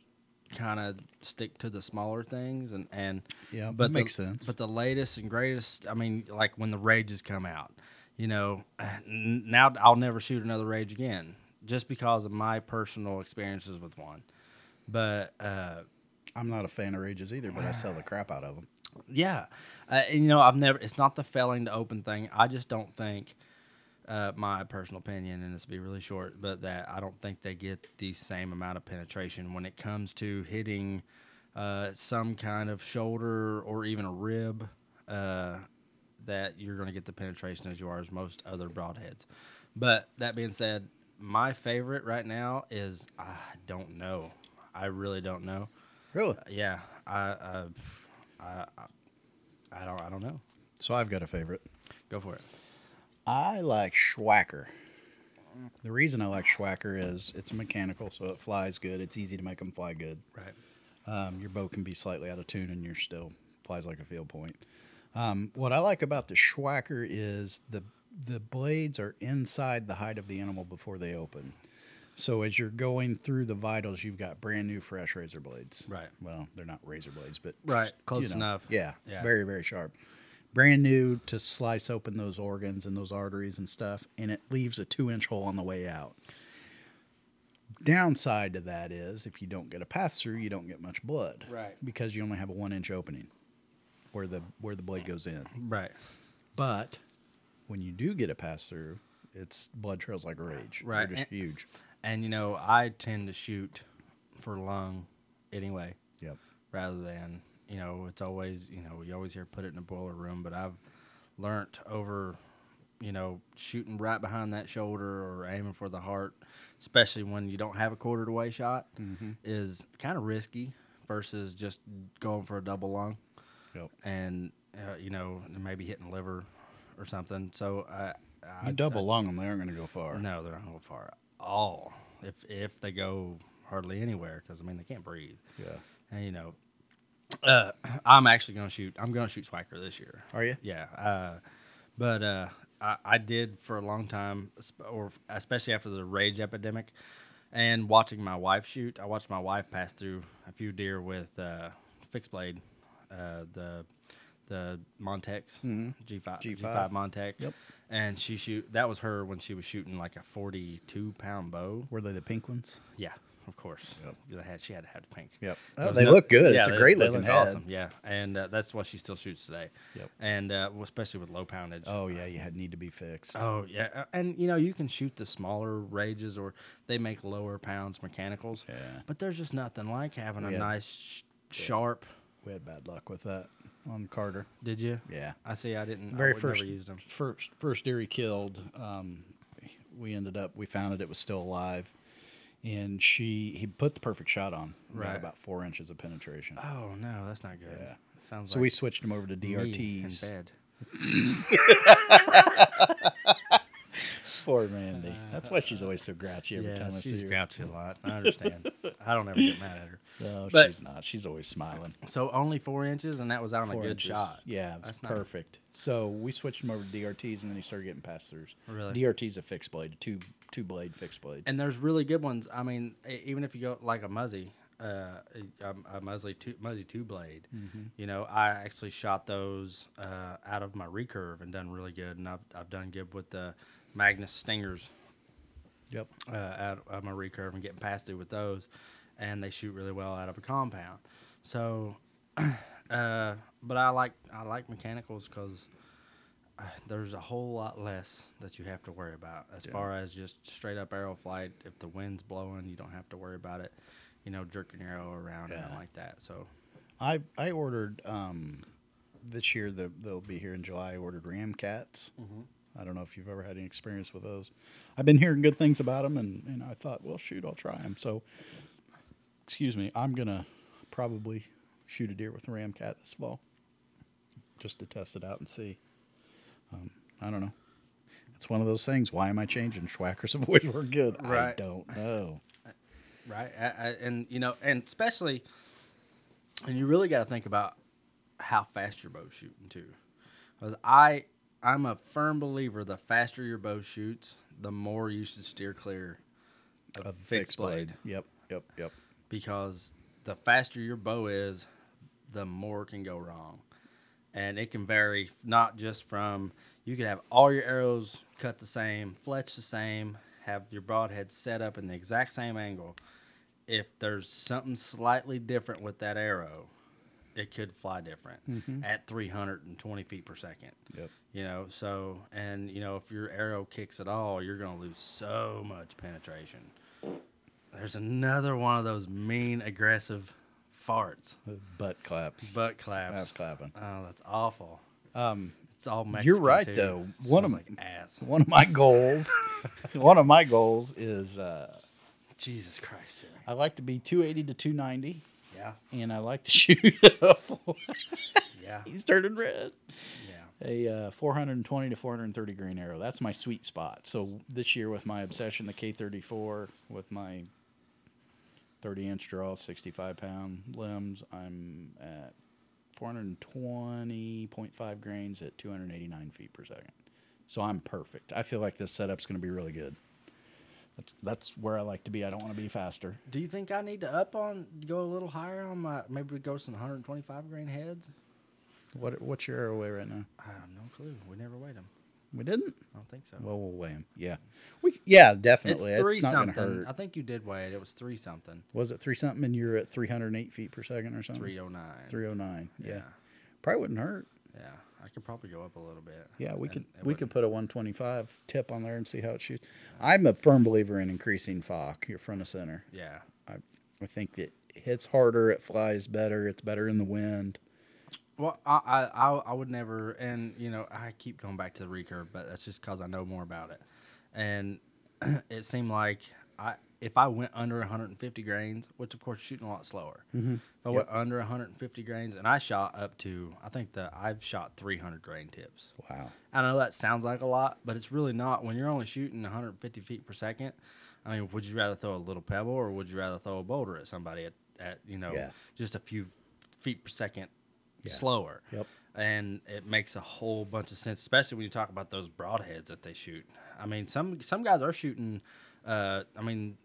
S6: kind of stick to the smaller things and and
S4: Yeah, that
S6: the-
S4: makes sense.
S6: But the latest and greatest, I mean, like when the rages come out, you know, n- now I'll never shoot another rage again just because of my personal experiences with one. But uh,
S4: I'm not a fan of rages either, but I sell the crap out of them.
S6: yeah, uh, and you know, I've never. It's not the failing to open thing. I just don't think, uh, my personal opinion, and this will be really short, but that I don't think they get the same amount of penetration when it comes to hitting, uh, some kind of shoulder or even a rib, uh, that you're going to get the penetration as you are as most other broadheads. But that being said, my favorite right now is I don't know. I really don't know.
S4: Really?
S6: Yeah, I, I, I, I don't, I don't know.
S4: So I've got a favorite.
S6: Go for it.
S4: I like Schwacker. The reason I like Schwacker is it's mechanical, so it flies good. It's easy to make them fly good.
S6: Right.
S4: Um, your bow can be slightly out of tune, and you're still flies like a field point. Um, what I like about the Schwacker is the the blades are inside the hide of the animal before they open. So as you're going through the vitals, you've got brand new, fresh razor blades.
S6: Right.
S4: Well, they're not razor blades, but
S6: Right.
S4: just,
S6: Close
S4: you know,
S6: enough.
S4: Yeah,
S6: Yeah.
S4: Very, very sharp. Brand new to slice open those organs and those arteries and stuff, and it leaves a two inch hole on the way out. Downside to that is if you don't get a pass through, you don't get much blood.
S6: Right.
S4: Because you only have a one inch opening where the where the blade goes in.
S6: Right.
S4: But when you do get a pass through, it's blood trails like rage.
S6: Right.
S4: They're just huge.
S6: And you know, I tend to shoot for lung anyway,
S4: Yep.
S6: rather than you know, it's always you know, you always hear put it in a boiler room, but I've learnt over, you know, shooting right behind that shoulder or aiming for the heart, especially when you don't have a quarter to way shot, is kind of risky versus just going for a double lung.
S4: Yep.
S6: and uh, you know maybe hitting liver or something. So I, I
S4: You double lung them, they aren't going to go far.
S6: no, they're not going far at all. If if they go hardly anywhere, because I mean they can't breathe.
S4: Yeah.
S6: And you know, uh, I'm actually gonna shoot. I'm gonna shoot Swiker this year.
S4: Are you?
S6: Yeah. Uh, but uh, I, I did for a long time, sp- or especially after the rage epidemic, and watching my wife shoot. I watched my wife pass through a few deer with uh, fixed blade, uh, the the Montex G5
S4: G5.
S6: G5 Montec.
S4: Mm-hmm. Yep.
S6: And she shoot. That was her when she was shooting like a 42 pound bow.
S4: Were they the pink ones?
S6: Yeah, of course. They had- she had to have pink.
S4: Yep.
S6: There
S4: Oh,
S6: was
S4: they look good. It's a
S6: they-
S4: great
S6: they
S4: looking
S6: look
S4: head.
S6: Awesome. Yeah, and uh, that's why she still shoots today.
S4: Yep.
S6: And uh, well, especially with low poundage.
S4: Oh, yeah. You had need to be fixed.
S6: Oh yeah, uh, and you know you can shoot the smaller rages or they make lower pounds mechanicals.
S4: Yeah.
S6: But there's just nothing like having a
S4: Yeah.
S6: nice sh- sharp.
S4: We had bad luck with that on Carter.
S6: Did you?
S4: Yeah.
S6: I see. I didn't.
S4: Very
S6: I would
S4: first,
S6: Never used them.
S4: first first deer he killed, um, we ended up we found it. It was still alive, and she he put the perfect shot on. We got
S6: Right.
S4: about four inches of penetration.
S6: Oh no, that's not good.
S4: Yeah.
S6: Sounds
S4: so
S6: like
S4: we E switched him over to
S6: me in
S4: DRTs.
S6: bed.
S4: Poor Mandy. That's why she's always so grouchy every
S6: Yeah,
S4: time I
S6: she's
S4: see her.
S6: grouchy a lot. I understand. I don't ever get mad at her.
S4: No,
S6: But-
S4: she's not. She's always smiling.
S6: So only four inches, and that was on a
S4: Four
S6: good
S4: inches.
S6: shot.
S4: Yeah, it was
S6: That's not-
S4: perfect. So we switched him over to DRTs, and then he started getting pass throughs.
S6: Really?
S4: DRT's a fixed blade, two two blade fixed blade.
S6: And there's really good ones. I mean, e- even if you go like a Muzzy, uh, a, a Muzzy two Muzzy two blade,
S4: Mm-hmm.
S6: you know, I actually shot those uh, out of my recurve and done really good. And I've I've done good with the Magnus Stingers
S4: yep.
S6: uh, out of my recurve and getting past through with those, and they shoot really well out of a compound. So Uh, but I like I like mechanicals because uh, there's a whole lot less that you have to worry about as far as just straight up arrow flight. If the wind's blowing, you don't have to worry about it. You know, jerking your arrow around and
S4: Yeah.
S6: like that. So
S4: I I ordered um, this year. The, they'll be here in July. I ordered ram cats.
S6: Mm-hmm.
S4: I don't know if you've ever had any experience with those. I've been hearing good things about them, and, and I thought, well, shoot, I'll try them. So, excuse me, I'm gonna probably shoot a deer with a ram cat this fall, just to test it out and see. Um, I don't know. It's one of those things. Why am I changing? Schwackers have always were good. I
S6: Right.
S4: don't know.
S6: right, I, I, and you know, and especially, and you really got to think about how fast your bow's shooting too, because I I'm a firm believer the faster your bow shoots, the more you should steer clear of fixed, blade.
S4: Yep. Yep. Yep.
S6: because the faster your bow is, the more can go wrong. And it can vary not just from you could have all your arrows cut the same, fletch the same, have your broadhead set up in the exact same angle. If there's something slightly different with that arrow, it could fly different at 320 feet per second.
S4: Yep.
S6: You know, so and you know if your arrow kicks at all, you're gonna lose so much penetration. There's another one of those mean, aggressive farts,
S4: Butt claps.
S6: butt claps.
S4: Ass clapping.
S6: Oh, that's awful. Um, it's all Mexican.
S4: you're right,
S6: too.
S4: though.
S6: It
S4: One of
S6: smells
S4: them-
S6: like ass.
S4: one of my goals one of my goals is uh,
S6: Jesus Christ, Jerry.
S4: i like to be 280 to 290
S6: Yeah,
S4: and i like to shoot a four-
S6: yeah,
S4: he's turning red
S6: yeah.
S4: a uh, 420 to 430 green arrow that's my sweet spot so this year with my obsession the k34 with my 30 inch draw 65 pound limbs i'm at 420.5 grains at 289 feet per second so i'm perfect i feel like this setup's going to be really good that's, that's where i like to be i don't want to be faster
S6: Do you think I need to up on go a little higher on my? Maybe we go some 125 grain heads.
S4: what, what's your arrow weigh right now
S6: I have no clue. We never weighed them.
S4: we didn't
S6: I don't think so.
S4: well we'll weigh him yeah we, yeah
S6: it's
S4: definitely it's,
S6: three
S4: not going to
S6: something.
S4: hurt
S6: I think you did weigh it. It was three something.
S4: was it three something and you're at 308 feet per second or something
S6: 309.
S4: 309 yeah.
S6: Yeah.
S4: probably wouldn't hurt
S6: Yeah, I could probably go up a little bit.
S4: yeah we
S6: and
S4: could
S6: it
S4: we could put a 125 tip on there and see how it shoots i'm a firm believer in increasing foc your front of center
S6: wouldn't- Yeah,
S4: i, I think it hits harder it flies better it's better in the wind
S6: Well, I, I, I, I would never, and you know, I keep going back to the recurve, but that's just because I know more about it. And it seemed like I, if I went under 150 grains, which of course shooting a lot slower, if I went under 150 grains, and I shot up to, I think that I've shot 300 grain tips.
S4: wow
S6: I know that sounds like a lot, but it's really not. When you're only shooting 150 feet per second, I mean, would you rather throw a little pebble or would you rather throw a boulder at somebody at, at you know,
S4: Yeah.
S6: just a few feet per second slower?
S4: Yep.
S6: And it makes a whole bunch of sense, especially when you talk about those broadheads that they shoot. I mean, some some guys are shooting. Uh, I mean,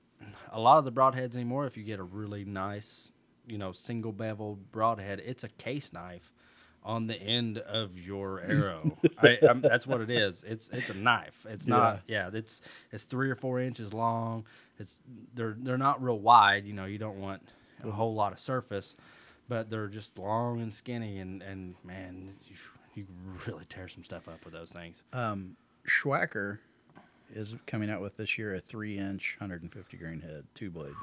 S6: a lot of the broadheads anymore. If you get a really nice, you know, single bevel broadhead, it's a case knife on the end of your arrow. I, i that's what it is. It's it's a knife. It's not yeah. It's it's three or four inches long. It's they're they're not real wide. You know you don't want a whole lot of surface, but they're just long and skinny and and man you, you really tear some stuff up with those things.
S4: Uh, schwacker is coming out with this year a three inch 150 grain head two blade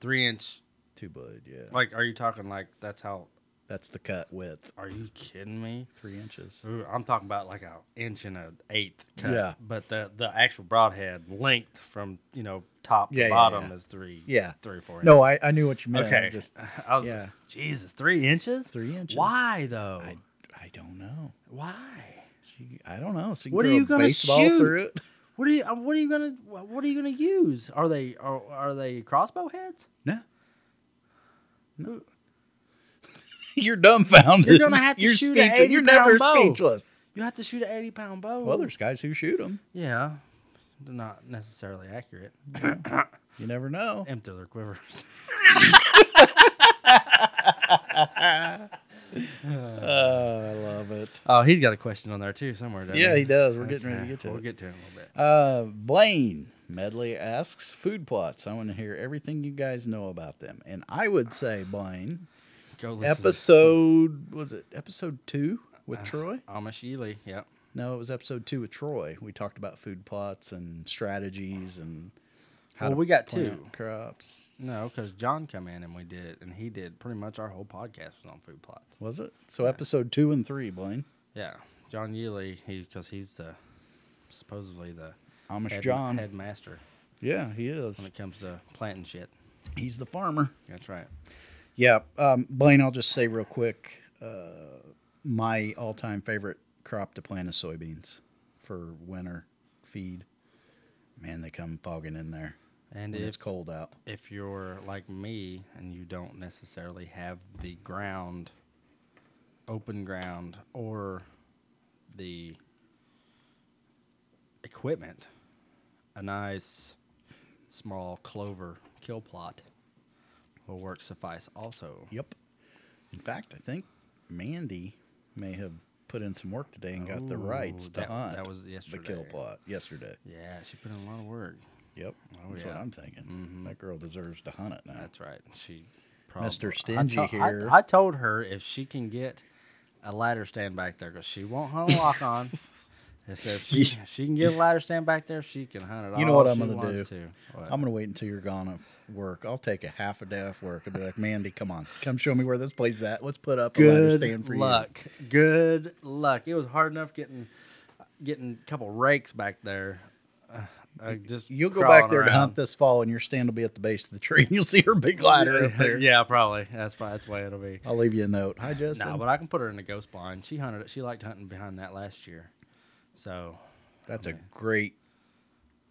S6: Three inch.
S4: two blade yeah
S6: Like are you talking like that's how?
S4: that's the cut width
S6: Are you kidding me?
S4: three inches
S6: Ooh, I'm talking about like a inch and an eighth cut.
S4: Yeah.
S6: But the the actual broadhead length from you know top to
S4: Yeah, yeah,
S6: bottom
S4: yeah.
S6: is three.
S4: Yeah.
S6: Three or four.
S4: no I, I knew what you meant
S6: Inches.
S4: I
S6: Okay.
S4: just
S6: I was
S4: yeah.
S6: like, Jesus, three inches.
S4: Three inches.
S6: Why though?
S4: I, I don't know
S6: Why?
S4: Gee, I don't know. So
S6: What are
S4: throw a
S6: you gonna
S4: baseball Through
S6: shoot?
S4: it?
S6: What are you? uh, What are you gonna? wha- What are you gonna use? Are they are, are they crossbow heads?
S4: No. No. You're dumbfounded.
S6: You're gonna have to
S4: You're
S6: shoot an
S4: speechless. You're
S6: 80 pound
S4: never
S6: bow.
S4: speechless.
S6: You have to shoot an eighty pound bow.
S4: Well, there's guys who shoot them.
S6: yeah, they're not necessarily accurate.
S4: You never know.
S6: Empty their quivers.
S4: Oh, I love it.
S6: Oh, he's got a question on there too somewhere. doesn't
S4: Yeah, he does. We're getting ready to
S6: Okay,
S4: get to
S6: We'll
S4: it.
S6: get to it in a little bit.
S4: Uh, Blaine Medley asks food plots. I want to hear everything you guys know about them. And I would say, Blaine,
S6: Go listen.
S4: episode was it episode two with Troy?
S6: Amish Ely. Yep.
S4: No, it was episode two with Troy. We talked about food plots and strategies and how
S6: Well,
S4: to
S6: we got
S4: plant
S6: two.
S4: crops.
S6: No, because John come in and we did, and he did pretty much our whole podcast was on food plots.
S4: was it? So episode two and three, Blaine.
S6: Yeah, John Yealy, he because he's the supposedly the
S4: Amish
S6: head-
S4: John.
S6: headmaster
S4: Yeah, he
S6: when
S4: is.
S6: it comes to planting shit.
S4: He's the farmer.
S6: That's right.
S4: Yeah, um, Blaine. I'll just say real quick, uh, my all-time favorite crop to plant is soybeans for winter feed. Man, they come fogging in there,
S6: And
S4: and it's
S6: if
S4: cold out.
S6: if you're like me and you don't necessarily have the ground, open ground, or the equipment, a nice small clover kill plot will work suffice. Also,
S4: Yep. In fact, I think Mandy may have put in some work today and got the
S6: Ooh,
S4: rights to
S6: that-
S4: hunt.
S6: that was
S4: The kill
S6: yesterday.
S4: plot yesterday.
S6: yeah, she put in a lot of work.
S4: Yep.
S6: Oh,
S4: That's what
S6: yeah. Mm-hmm.
S4: I'm thinking. That girl deserves to hunt it now.
S6: That's right. She
S4: Mr.
S6: I
S4: Stingy
S6: to- I-
S4: here.
S6: I, told her if she can get a ladder stand back there, because she won't hunt a lock on. And so if she, if she can get a ladder stand back there, she can hunt it
S4: You
S6: all
S4: know what I'm
S6: she
S4: gonna
S6: wants
S4: do?
S6: to. What?
S4: I'm gonna wait until you're gone off work. I'll take a half a day off work and be like, Mandy, come on, come show me where this place is at. Let's put up a ladder
S6: Good
S4: stand for
S6: luck. Good luck. It was hard enough getting getting a couple rakes back there. Uh, I just
S4: you. You'll go
S6: crawling
S4: back there to
S6: around.
S4: hunt this fall, and your stand will be at the base of the tree, and you'll see her big ladder up there.
S6: yeah, probably. That's probably that's the way it'll be.
S4: I'll leave you a note. Hi, Justin.
S6: No, but I can put her in the ghost blind. She hunted. it. She liked hunting behind that last year. So
S4: That's a great,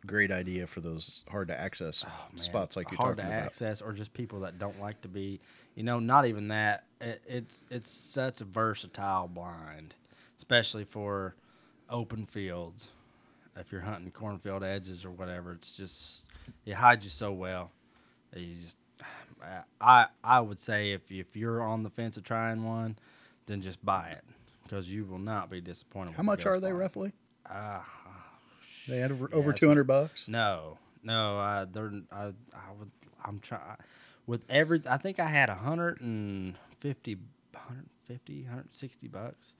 S4: great idea for those hard to access
S6: Oh, man,
S4: spots like you're
S6: hard
S4: talking
S6: to
S4: about.
S6: access, or just people that don't like to be. You know, not even that. It, it's it's such a versatile blind, especially for open fields. If you're hunting cornfield edges or whatever, it's just it hides you so well. that You just I I would say if you, if you're on the fence of trying one, then just buy it because you will not be
S4: How
S6: disappointed. with the Uh,
S4: much
S6: ghost
S4: are they
S6: blind.
S4: roughly? they had over, over
S6: that's
S4: two hundred bucks.
S6: No, no, I, they're, I, I would, I'm trying with every. I think I had 150, 150, 160 bucks,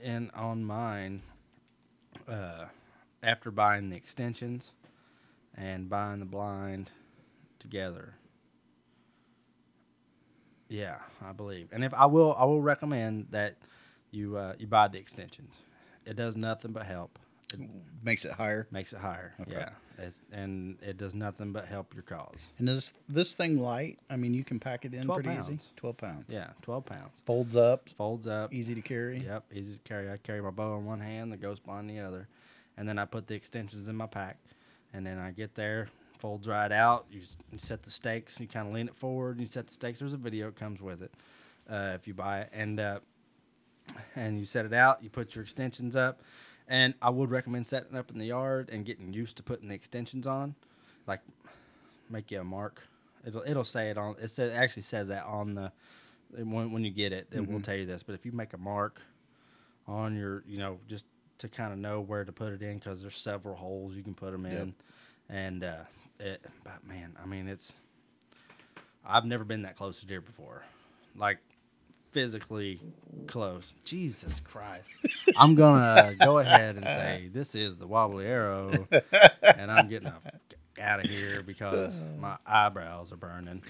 S6: and on mine, uh, after buying the extensions and buying the blind together. Yeah, I believe, and if I will, I will recommend that you uh, you buy the extensions. It does nothing but help. It-
S4: Makes it higher.
S6: makes it higher. Yeah, It's- and it does nothing but help your cause.
S4: And is this thing light? I mean, you can pack it in
S6: 12
S4: pretty easy.
S6: pounds.
S4: Twelve pounds.
S6: Yeah, twelve pounds.
S4: Folds up,
S6: Folds up.
S4: easy to carry.
S6: Yep, easy to carry. I carry my bow in one hand, the ghost blind in the other, and then I put the extensions in my pack, and then I get there, folds right out. You, s- you set the stakes, you kind of lean it forward, and you set the stakes. There's a video that comes with it uh, if you buy it, and uh, and you set it out. You put your extensions up, and I would recommend setting up in the yard and getting used to putting the extensions on, like make you a mark. It'll it'll say it on. It says actually says that on the when when you get it, it
S4: Mm-hmm.
S6: will tell you this. But if you make a mark on your, you know, just to kind of know where to put it in, because there's several holes you can put them in, and uh, it. But man, I mean, it's. I've never been that close to deer before, like physically close. Jesus Christ! I'm gonna go ahead and say this is the wobbly arrow, and I'm getting out of here
S4: Uh.
S6: because my eyebrows are burning.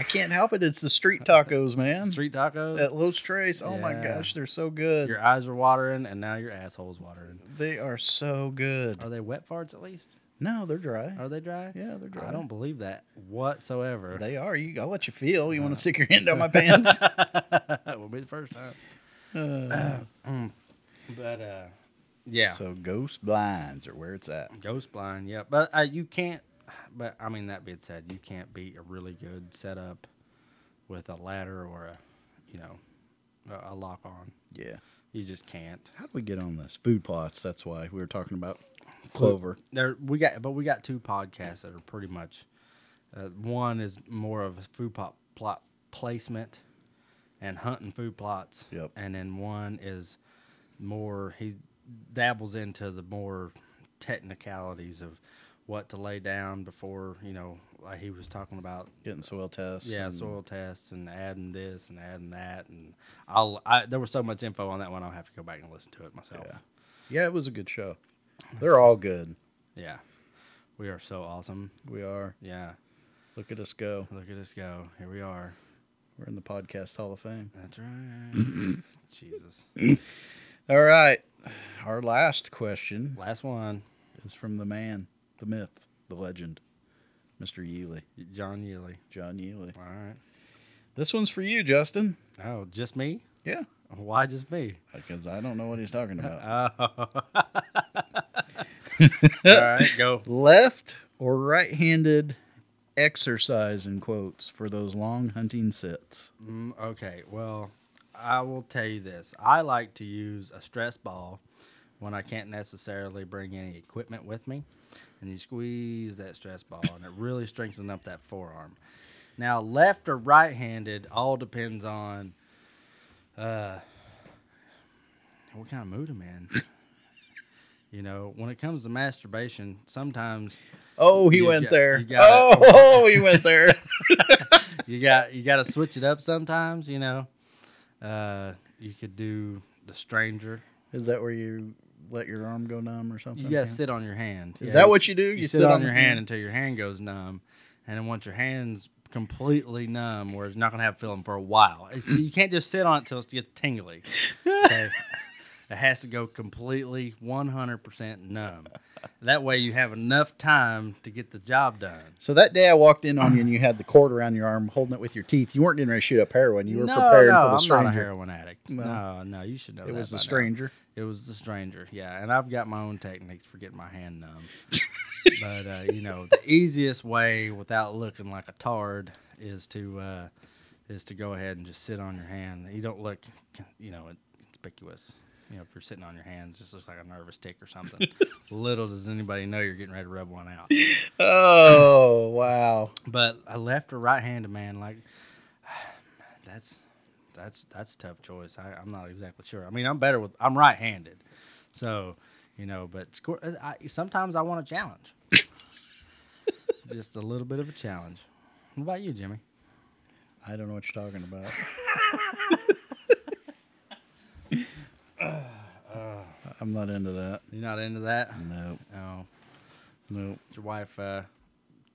S4: I can't help it. It's the street tacos, man.
S6: Street tacos.
S4: At Los Tres. Oh my
S6: Yeah.
S4: gosh, they're so good.
S6: Your eyes are watering, and now your asshole's watering.
S4: They are so good.
S6: Are they wet farts at least?
S4: No, they're dry.
S6: Are they dry?
S4: Yeah, they're dry.
S6: I don't believe that whatsoever.
S4: They are. You. I'll let you feel. You
S6: uh,
S4: want to stick your hand down my pants?
S6: that will be the first time. Mm. but uh, yeah,
S4: Uh. So ghost blinds are where it's at.
S6: ghost blind. Yeah, but uh, you can't. But I mean, that being said, you can't beat a really good setup with a ladder or a, you know, a, a lock on.
S4: Yeah.
S6: You just can't.
S4: How do we get on this? Food plots. That's why we were talking about clover.
S6: there we got but we got two podcasts that are pretty much uh, one is more of a food plot plot placement and hunting food plots
S4: Yep.
S6: and then one is more he dabbles into the more technicalities of what to lay down before you know, like he was talking about
S4: Getting soil tests.
S6: yeah,
S4: and-
S6: soil tests and adding this and adding that and I'll I, there was so much info on that one I'll have to go back and listen to it myself.
S4: Yeah. yeah, it was a good show. They're all good.
S6: Yeah. We are so awesome.
S4: We are.
S6: Yeah.
S4: Look at us go.
S6: Look at us go. Here we are.
S4: We're in the podcast Hall of Fame.
S6: That's right. Jesus.
S4: All right. Our last question
S6: Last one.
S4: is from the man, the myth, the legend, Mr. Yealy,
S6: John Yealy.
S4: John Yealy.
S6: All right.
S4: This one's for you, Justin.
S6: Oh, just me?
S4: Yeah.
S6: Why just me?
S4: Because I don't know what he's talking about.
S6: All right, go.
S4: Left or right handed exercise, in quotes, for those long hunting sits.
S6: Mm, okay. Well, I will tell you this. I like to use a stress ball when I can't necessarily bring any equipment with me. And you squeeze that stress ball, and it really strengthens up that forearm. Now, left or right handed all depends on uh, what kind of mood I'm in. you know, when it comes to masturbation, sometimes
S4: Oh, he
S6: You
S4: went
S6: got-
S4: there.
S6: you got it.
S4: Oh, he went there.
S6: you got you got to switch it up sometimes. You know, uh, you could do the stranger.
S4: Is that where you let your arm go numb or something?
S6: You got to sit on your hand.
S4: Is that what you do?
S6: You, sit, on, your
S4: the-
S6: hand until your hand goes numb, and then once your hand's completely numb, where it's not gonna have feeling for a while. It's- you can't just sit on it till it gets tingly. Okay? it has to go completely 100% numb. That way, you have enough time to get the job done.
S4: So that day I walked in on you and you had the cord around your arm holding it with your teeth. You weren't getting ready to shoot up heroin. You were
S6: no,
S4: prepared
S6: no,
S4: for the
S6: I'm
S4: stranger.
S6: not a heroin addict. No, no, you should know.
S4: It
S6: that
S4: was the
S6: by now.
S4: stranger.
S6: It was the stranger, yeah. And I've got my own techniques for getting my hand numb. but uh, you know, the easiest way without looking like a tard is to uh, is to go ahead and just sit on your hand. You don't look, you know, conspicuous. You know, if you're sitting on your hands, just looks like a nervous tick or something. Little does anybody know you're getting ready to rub one out.
S4: Oh wow!
S6: But a left or right-handed man, like that's that's that's a tough choice. I, I'm not exactly sure. I mean, I'm better with I'm right-handed, so you know. But score, uh, I, sometimes I want a challenge, just a little bit of a challenge. What about you, Jimmy?
S4: I don't know what you're talking about. I'm not into that.
S6: You're not into that?
S4: Nope.
S6: No. Oh,
S4: Nope.
S6: Did your wife uh,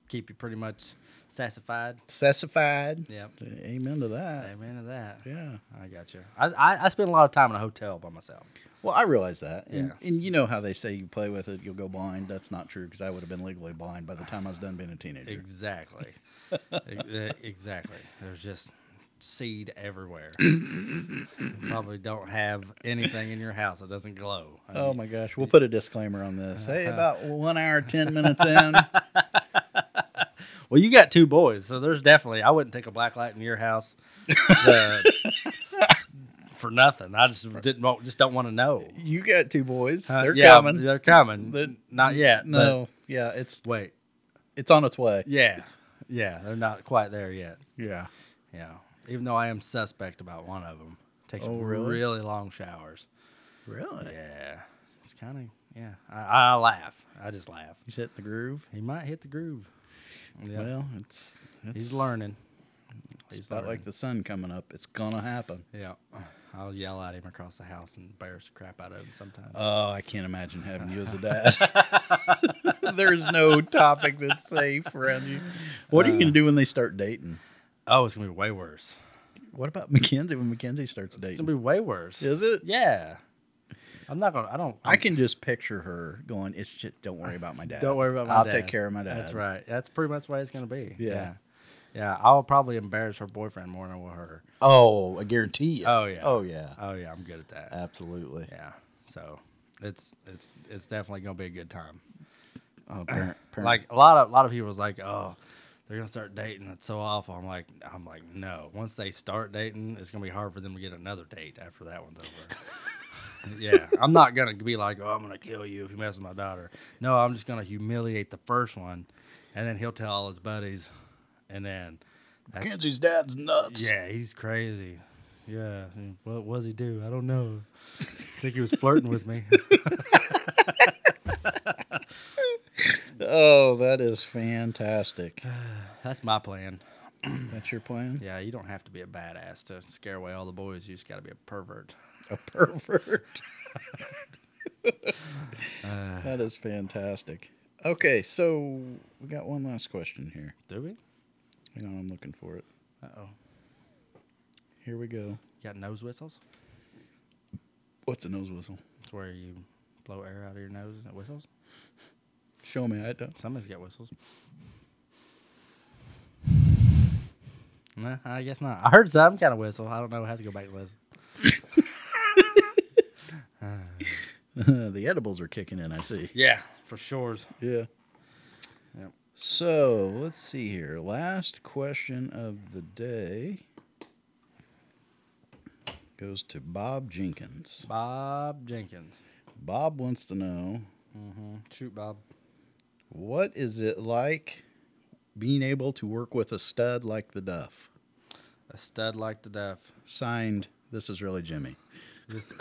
S6: keep you pretty much satisfied?
S4: Sassified.
S6: Yep.
S4: Amen to that.
S6: Amen to that.
S4: Yeah.
S6: I got you. I, I I spend a lot of time in a hotel by myself.
S4: Well, I realize that. And,
S6: Yeah.
S4: and you know how they say you play with it, you'll go blind. That's not true because I would have been legally blind by the time I was done being a teenager.
S6: Exactly. E- exactly. There's just seed everywhere. Probably don't have anything in your house that doesn't glow. I
S4: Oh
S6: mean,
S4: my gosh. We'll put a disclaimer on this. Hey,
S6: Uh-huh.
S4: about one hour, 10 minutes in.
S6: Well, you got two boys, so there's definitely I wouldn't take a black light in your house to- for nothing. I just didn't want, just don't want to know.
S4: You got two boys.
S6: Uh,
S4: They're
S6: yeah,
S4: coming.
S6: They're coming.
S4: The-
S6: not yet. No.
S4: no. Yeah. It's
S6: wait.
S4: it's on its way.
S6: Yeah. Yeah. They're not quite there yet.
S4: Yeah.
S6: Yeah. Even though I am suspect about one of them. Takes
S4: Oh, really?
S6: really long showers.
S4: Really?
S6: Yeah, it's kind of yeah. I, I laugh. I just laugh.
S4: He's hitting the groove.
S6: He might hit the groove. Yeah,
S4: Well, it's, it's
S6: he's learning.
S4: It's
S6: He's
S4: about like the sun coming up. It's gonna happen.
S6: Yeah, I'll yell at him across the house and embarrass the crap out of him sometimes.
S4: Oh, I can't imagine having you as a dad. There's no topic that's safe around you. What are you
S6: Uh.
S4: gonna do when they start dating?
S6: oh, it's gonna be way worse.
S4: What about Mackenzie when Mackenzie starts
S6: It's gonna
S4: dating?
S6: be way worse.
S4: Is it?
S6: Yeah. I'm not gonna. I don't.
S4: I can just picture her going. It's just don't worry about my dad.
S6: Don't worry about my
S4: I'll
S6: dad.
S4: take care of my dad.
S6: That's right. That's pretty much what it's gonna be.
S4: Yeah.
S6: yeah. Yeah, I'll probably embarrass her boyfriend more than I will her.
S4: Oh, I guarantee you.
S6: Oh yeah.
S4: Oh yeah. Uh,
S6: Oh yeah. I'm good at that.
S4: Absolutely.
S6: Yeah. So it's it's it's definitely gonna be a good time.
S4: Oh, parent, parent.
S6: Like a lot of a lot of people was like, oh, they're gonna start dating. That's so awful. I'm like, I'm like, no. Once they start dating, it's gonna be hard for them to get another date after that one's over. yeah, I'm not gonna be like, oh, I'm gonna kill you if you mess with my daughter. No, I'm just gonna humiliate the first one, and then he'll tell all his buddies, and then
S4: Mackenzie's dad's nuts.
S6: yeah, he's crazy. Yeah, I mean, what was he do? I don't know. I think he was flirting with me.
S4: Oh, that is fantastic.
S6: That's my plan.
S4: That's your plan?
S6: Yeah, you don't have to be a badass to scare away all the boys. You just got to be a pervert.
S4: A pervert. that is fantastic. Okay, so we got one last question here.
S6: Do we?
S4: Hang on, I'm looking for it.
S6: Uh oh.
S4: Here we go.
S6: You got nose whistles?
S4: What's a nose whistle?
S6: It's where you blow air out of your nose and it whistles.
S4: Show me. I don't.
S6: Somebody's got whistles. No, I guess not. I heard some kind of whistle. I don't know. I have to go back to listen.
S4: the edibles are kicking in. I see.
S6: Yeah, for sure.
S4: Yeah.
S6: Yep.
S4: So let's see here. Last question of the day goes to Bob Jenkins.
S6: Bob Jenkins.
S4: Bob wants to know
S6: Shoot, Bob.
S4: what is it like being able to work with a stud like the Duff?
S6: A stud like the duff.
S4: Signed, this is really Jimmy.
S6: This-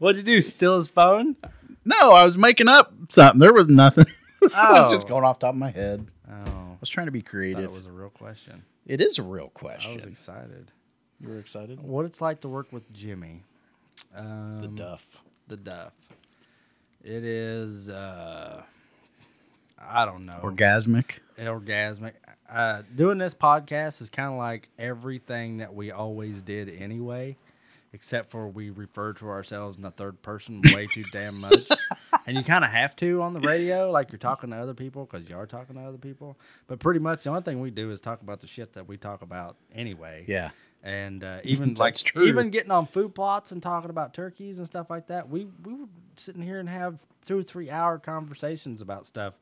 S6: What'd you do? Steal his phone?
S4: No, I was making up something. There was nothing. I was just
S6: Oh.
S4: going off the top of my head. I
S6: Oh,
S4: was trying to be
S6: that
S4: creative.
S6: was a real question.
S4: It is a real
S6: I
S4: question.
S6: was excited.
S4: you were excited?
S6: What it's like to work with Jimmy? Um,
S4: the Duff.
S6: The Duff. It is. Uh, I don't
S4: oh.
S6: know.
S4: Orgasmic.
S6: orgasmic. Uh, doing this podcast is kind of like everything that we always did anyway, except for we refer to ourselves in the third person way too damn much. And you kind of have to on the radio, like you're talking to other people because you are talking to other people. But pretty much the only thing we do is talk about the shit that we talk about anyway.
S4: Yeah.
S6: And uh, even like
S4: That's true.
S6: even getting on food plots and talking about turkeys and stuff like that, we we were sitting here and have two or three hour conversations about stuff,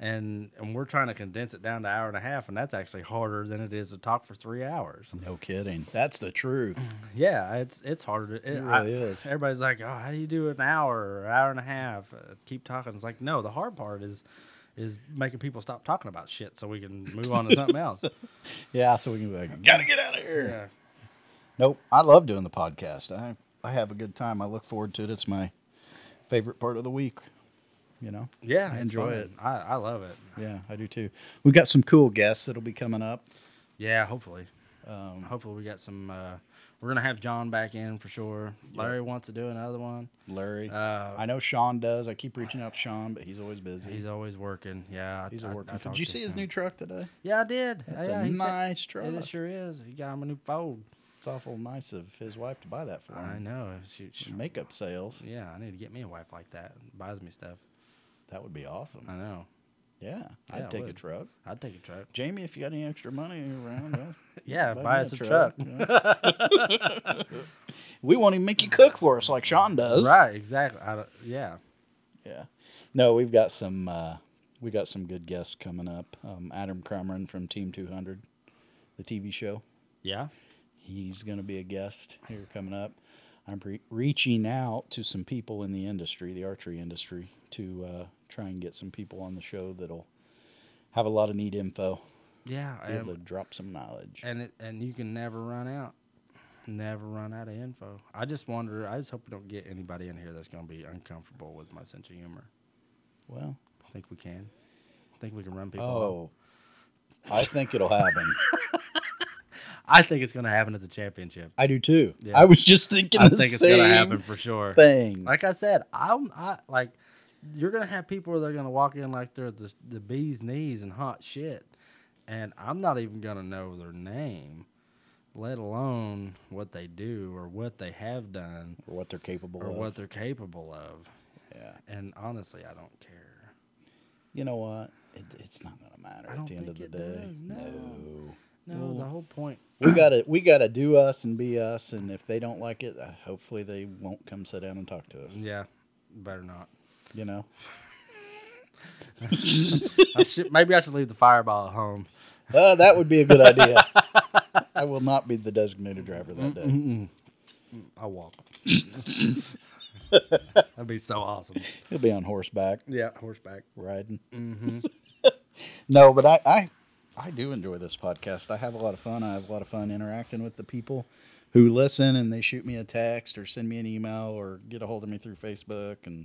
S6: and and we're trying to condense it down to hour and a half, and that's actually harder than it is to talk for three hours.
S4: No kidding. That's the truth.
S6: Yeah, it's it's harder. To, it,
S4: really is.
S6: Everybody's like, oh, how do you do an hour, or hour and a half? Uh, keep talking. It's like no, the hard part is is making people stop talking about shit so we can move on to something else.
S4: Yeah, so we can be like, gotta get out of here.
S6: Yeah.
S4: Nope. I love doing the podcast. I I have a good time. I look forward to it. It's my favorite part of the week. You know?
S6: Yeah,
S4: I
S6: it's
S4: enjoy
S6: fun.
S4: it.
S6: I, I love it.
S4: Yeah, I do too. We've got some cool guests that'll be coming up. Um,
S6: Yeah, hopefully. hopefully we got some. Uh, we're gonna have John back in for sure. Larry wants to do another one.
S4: Larry.
S6: Uh,
S4: I know Sean does. I keep reaching out to Sean, but he's always busy.
S6: He's
S4: He's,
S6: always working. Yeah, I-
S4: a
S6: I-
S4: working.
S6: I
S4: did
S6: talked
S4: you
S6: to
S4: see his
S6: him.
S4: new truck today?
S6: Yeah, I did.
S4: That's
S6: yeah,
S4: a
S6: he said-
S4: nice truck.
S6: It sure is. He got him a new phone.
S4: It's awful nice of his wife to buy that for him.
S6: I know. She, she-
S4: Makeup sales.
S6: yeah, I need to get me a wife like that. Buys me stuff.
S4: That would be awesome.
S6: I know.
S4: Yeah, I'd
S6: Yeah, I
S4: take a
S6: would.
S4: truck.
S6: I'd take a truck.
S4: Jamie, if you got any extra money around, uh,
S6: Yeah,
S4: me
S6: buy us a truck.
S4: yeah. we won't even make you cook for us like Sean does.
S6: Right, exactly. I don't- yeah.
S4: Yeah. No, we've got some uh, we got some good guests coming up. Um, Adam Cameron from Team 200, the TV show.
S6: Yeah.
S4: He's going to be a guest here coming up. I'm re- reaching out to some people in the industry, the archery industry, to uh, try and get some people on the show that'll have a lot of neat info,
S6: Yeah.
S4: be able
S6: And,
S4: to drop some knowledge.
S6: and it, and you can never run out. Never run out of info. I just wonder. I just hope we don't get anybody in here that's going to be uncomfortable with my sense of humor.
S4: Well,
S6: I think we can. I think we can run people. Oh.
S4: oh, I think it'll happen.
S6: I think it's going to happen at the championship.
S4: I do too.
S6: Yeah.
S4: I was just thinking
S6: I
S4: the
S6: think it's
S4: same
S6: going to happen for sure.
S4: thing.
S6: Like I said, I'm I like you're gonna have people that are gonna walk in like they're the the bee's knees and hot shit, and I'm not even gonna know their name, let alone what they do or what they have done
S4: or what they're capable
S6: or
S4: of.
S6: what they're capable of.
S4: yeah.
S6: And honestly, I don't care.
S4: You know what? It, it's not going to matter
S6: I
S4: at
S6: don't
S4: the end of the
S6: think
S4: day.
S6: it does, no. No, the whole point.
S4: we got to we got to do us and be us and if they don't like it, uh, hopefully they won't come sit down and talk to us,
S6: Yeah, better not.
S4: you know.
S6: I should, maybe I should leave the fireball at home.
S4: Uh, that would be a good idea. I will not be the designated driver that day.
S6: I'll walk. That'd be so awesome.
S4: He'll be on horseback
S6: Yeah, horseback.
S4: riding. Mm-hmm. no, but I, I I do enjoy this podcast. I have a lot of fun. I have a lot of fun interacting with the people who listen and they shoot me a text or send me an email or get a hold of me through Facebook and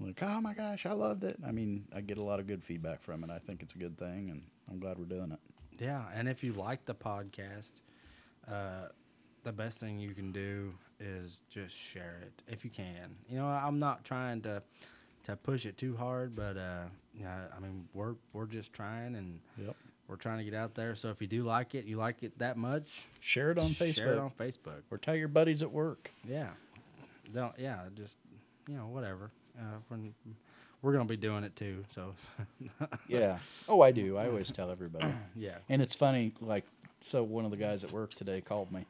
S4: Like, oh my gosh, I loved it. I mean, I get a lot of good feedback from it. I think it's a good thing, and I'm glad we're doing it.
S6: Yeah, and if you like the podcast, uh, the best thing you can do is just share it if you can. You know, I'm not trying to to push it too hard, but uh, yeah, I mean, we're we're just trying and
S4: Yep.
S6: we're trying to get out there. So if you do like it, you like it that much,
S4: Share it on Facebook,
S6: share it on Facebook.
S4: or tell your buddies at work.
S6: Yeah, don't yeah, just you know whatever. Uh, we're, we're gonna be doing it too. So
S4: Yeah. Oh, I do. I always tell everybody.
S6: yeah,
S4: And it's funny, like, so one of the guys at work today called me,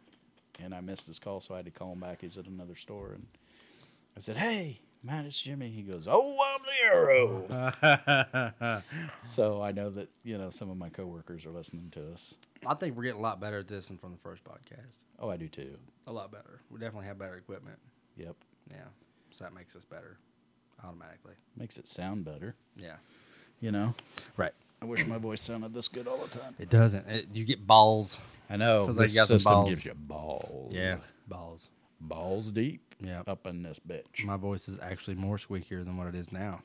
S4: and I missed his call, so I had to call him back. He's at another store, and I said, "Hey, man, it's Jimmy." He goes, "Oh, I'm the arrow." so I know that you know some of my coworkers are listening to us.
S6: I think we're getting a lot better at this than from the first podcast.
S4: Oh, I do too.
S6: A lot better. We definitely have better equipment.
S4: Yep,
S6: Yeah. So that makes us better automatically.
S4: makes it sound better.
S6: Yeah.
S4: You know,
S6: Right.
S4: I wish my voice sounded this good all the time.
S6: It doesn't. It, you get balls.
S4: I know
S6: Feels like
S4: this
S6: you got some
S4: system
S6: balls.
S4: gives you balls.
S6: Balls.
S4: balls deep.
S6: Yep.
S4: up in this bitch.
S6: My voice is actually more squeakier than what it is now.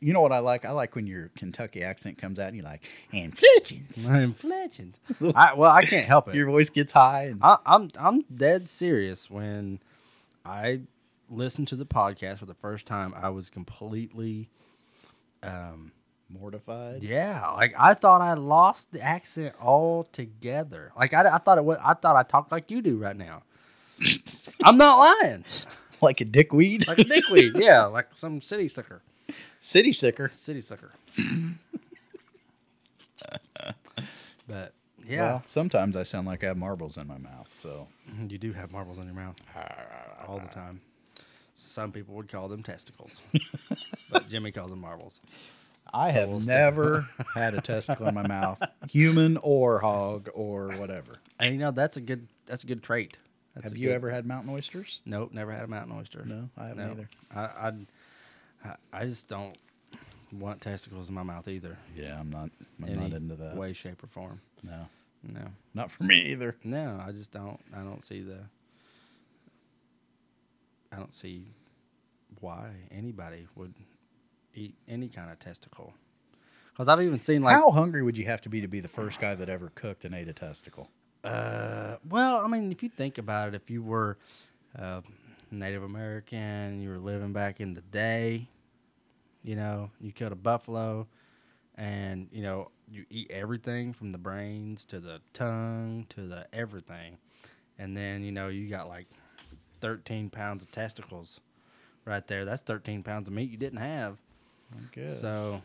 S4: You know what I like? I like when your Kentucky accent comes out and you're like, and pigeons.
S6: I'm fletching. I, well, I can't help it.
S4: Your voice gets high. And,
S6: I, I'm I'm dead serious. When I listened to the podcast for the first time, I was completely
S4: Mortified.
S6: yeah. Like I thought I lost the accent altogether. Like I, I thought it was. I thought I talked like you do right now. I'm not lying.
S4: Like a dickweed.
S6: like a dickweed. yeah, like some city slicker.
S4: City sicker.
S6: City slicker. but yeah,
S4: Well, sometimes I sound like I have marbles in my mouth. So
S6: Mm-hmm. you do have marbles in your mouth all the time. Some people would call them testicles, but Jimmy calls them marbles.
S4: I have never had a testicle in my mouth, human or hog or whatever.
S6: And you know that's a good that's a good trait. That's
S4: have
S6: a
S4: you
S6: good-
S4: ever had mountain oysters?
S6: Nope, never had a mountain oyster.
S4: No, I haven't either.
S6: I, I I just don't want testicles in my mouth either.
S4: Yeah, I'm not. I'm
S6: Any
S4: not into that.
S6: way, shape, or form.
S4: No,
S6: No.
S4: not for me either.
S6: No, I just don't. I don't see the. I don't see why anybody would eat any kind of testicle. Because I've even seen like,
S4: How hungry would you have to be to be the first guy that ever cooked and ate a testicle?
S6: well, I mean, if you think about it, if you were uh, Native American, you were living back in the day, you know, you killed a buffalo, and you know, you eat everything from the brains to the tongue to the everything, and then you know, you got like thirteen pounds of testicles right there. That's thirteen pounds of meat you didn't have.
S4: Good.
S6: So,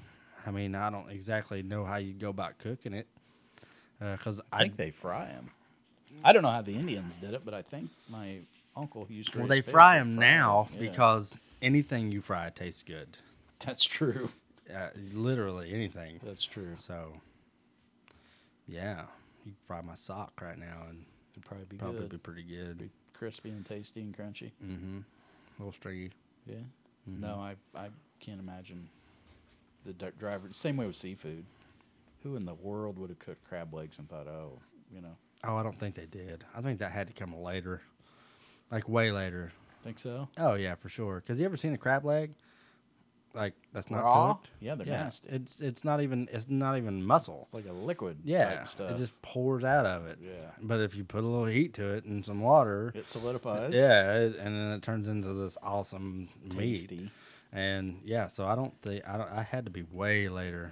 S6: I mean, I don't exactly know how you'd go about cooking it, uh, because
S4: I think they fry them. I don't know how the Indians did it, but I think my uncle who used to.
S6: Well,
S4: raise
S6: they
S4: pigs
S6: fry
S4: would
S6: them now
S4: 'em. Yeah.
S6: because anything you fry tastes good.
S4: that's true.
S6: Uh, literally anything.
S4: That's true.
S6: So, yeah, you can fry my sock right now and
S4: It'd probably be
S6: probably
S4: good.
S6: be Mm. pretty good.
S4: Be crispy and tasty and crunchy.
S6: A little stringy.
S4: Yeah.
S6: Mm-hmm.
S4: No, I I can't imagine the du- driver. Same way with seafood. Who in the world would have cooked crab legs and thought, oh, you know,
S6: Oh, I don't think they did. I think that had to come later, like way later.
S4: think so?
S6: Oh yeah, for sure. Because you ever seen a crab leg? Like that's not
S4: Raw?
S6: cooked.
S4: Yeah, they're
S6: yeah,
S4: nasty.
S6: It's it's not even it's not even muscle.
S4: It's like a liquid
S6: Yeah,
S4: type stuff.
S6: it just pours out of it.
S4: Yeah.
S6: But if you put a little heat to it and some water,
S4: it solidifies.
S6: Yeah, it- and then it turns into this awesome meat.
S4: Tasty.
S6: And yeah, so I don't think I don't. I had to be way later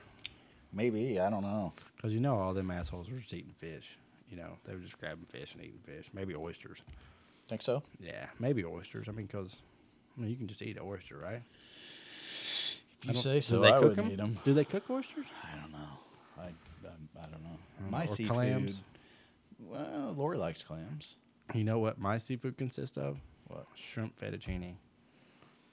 S4: Maybe. I don't know.
S6: because you know all them assholes were just eating fish. You know they were just grabbing fish and eating fish. Maybe oysters.
S4: Think so?
S6: Yeah, maybe oysters. I mean, because I mean you can just eat an oyster, right?
S4: If you say so,
S6: Do they
S4: I
S6: cook
S4: would
S6: 'em?
S4: eat them.
S6: Do they cook oysters?
S4: I don't know. I, I, I don't know. My
S6: Mm, or
S4: seafood.
S6: clams?
S4: Well, Lori likes clams.
S6: You know what my seafood consists of?
S4: What?
S6: Shrimp fettuccine.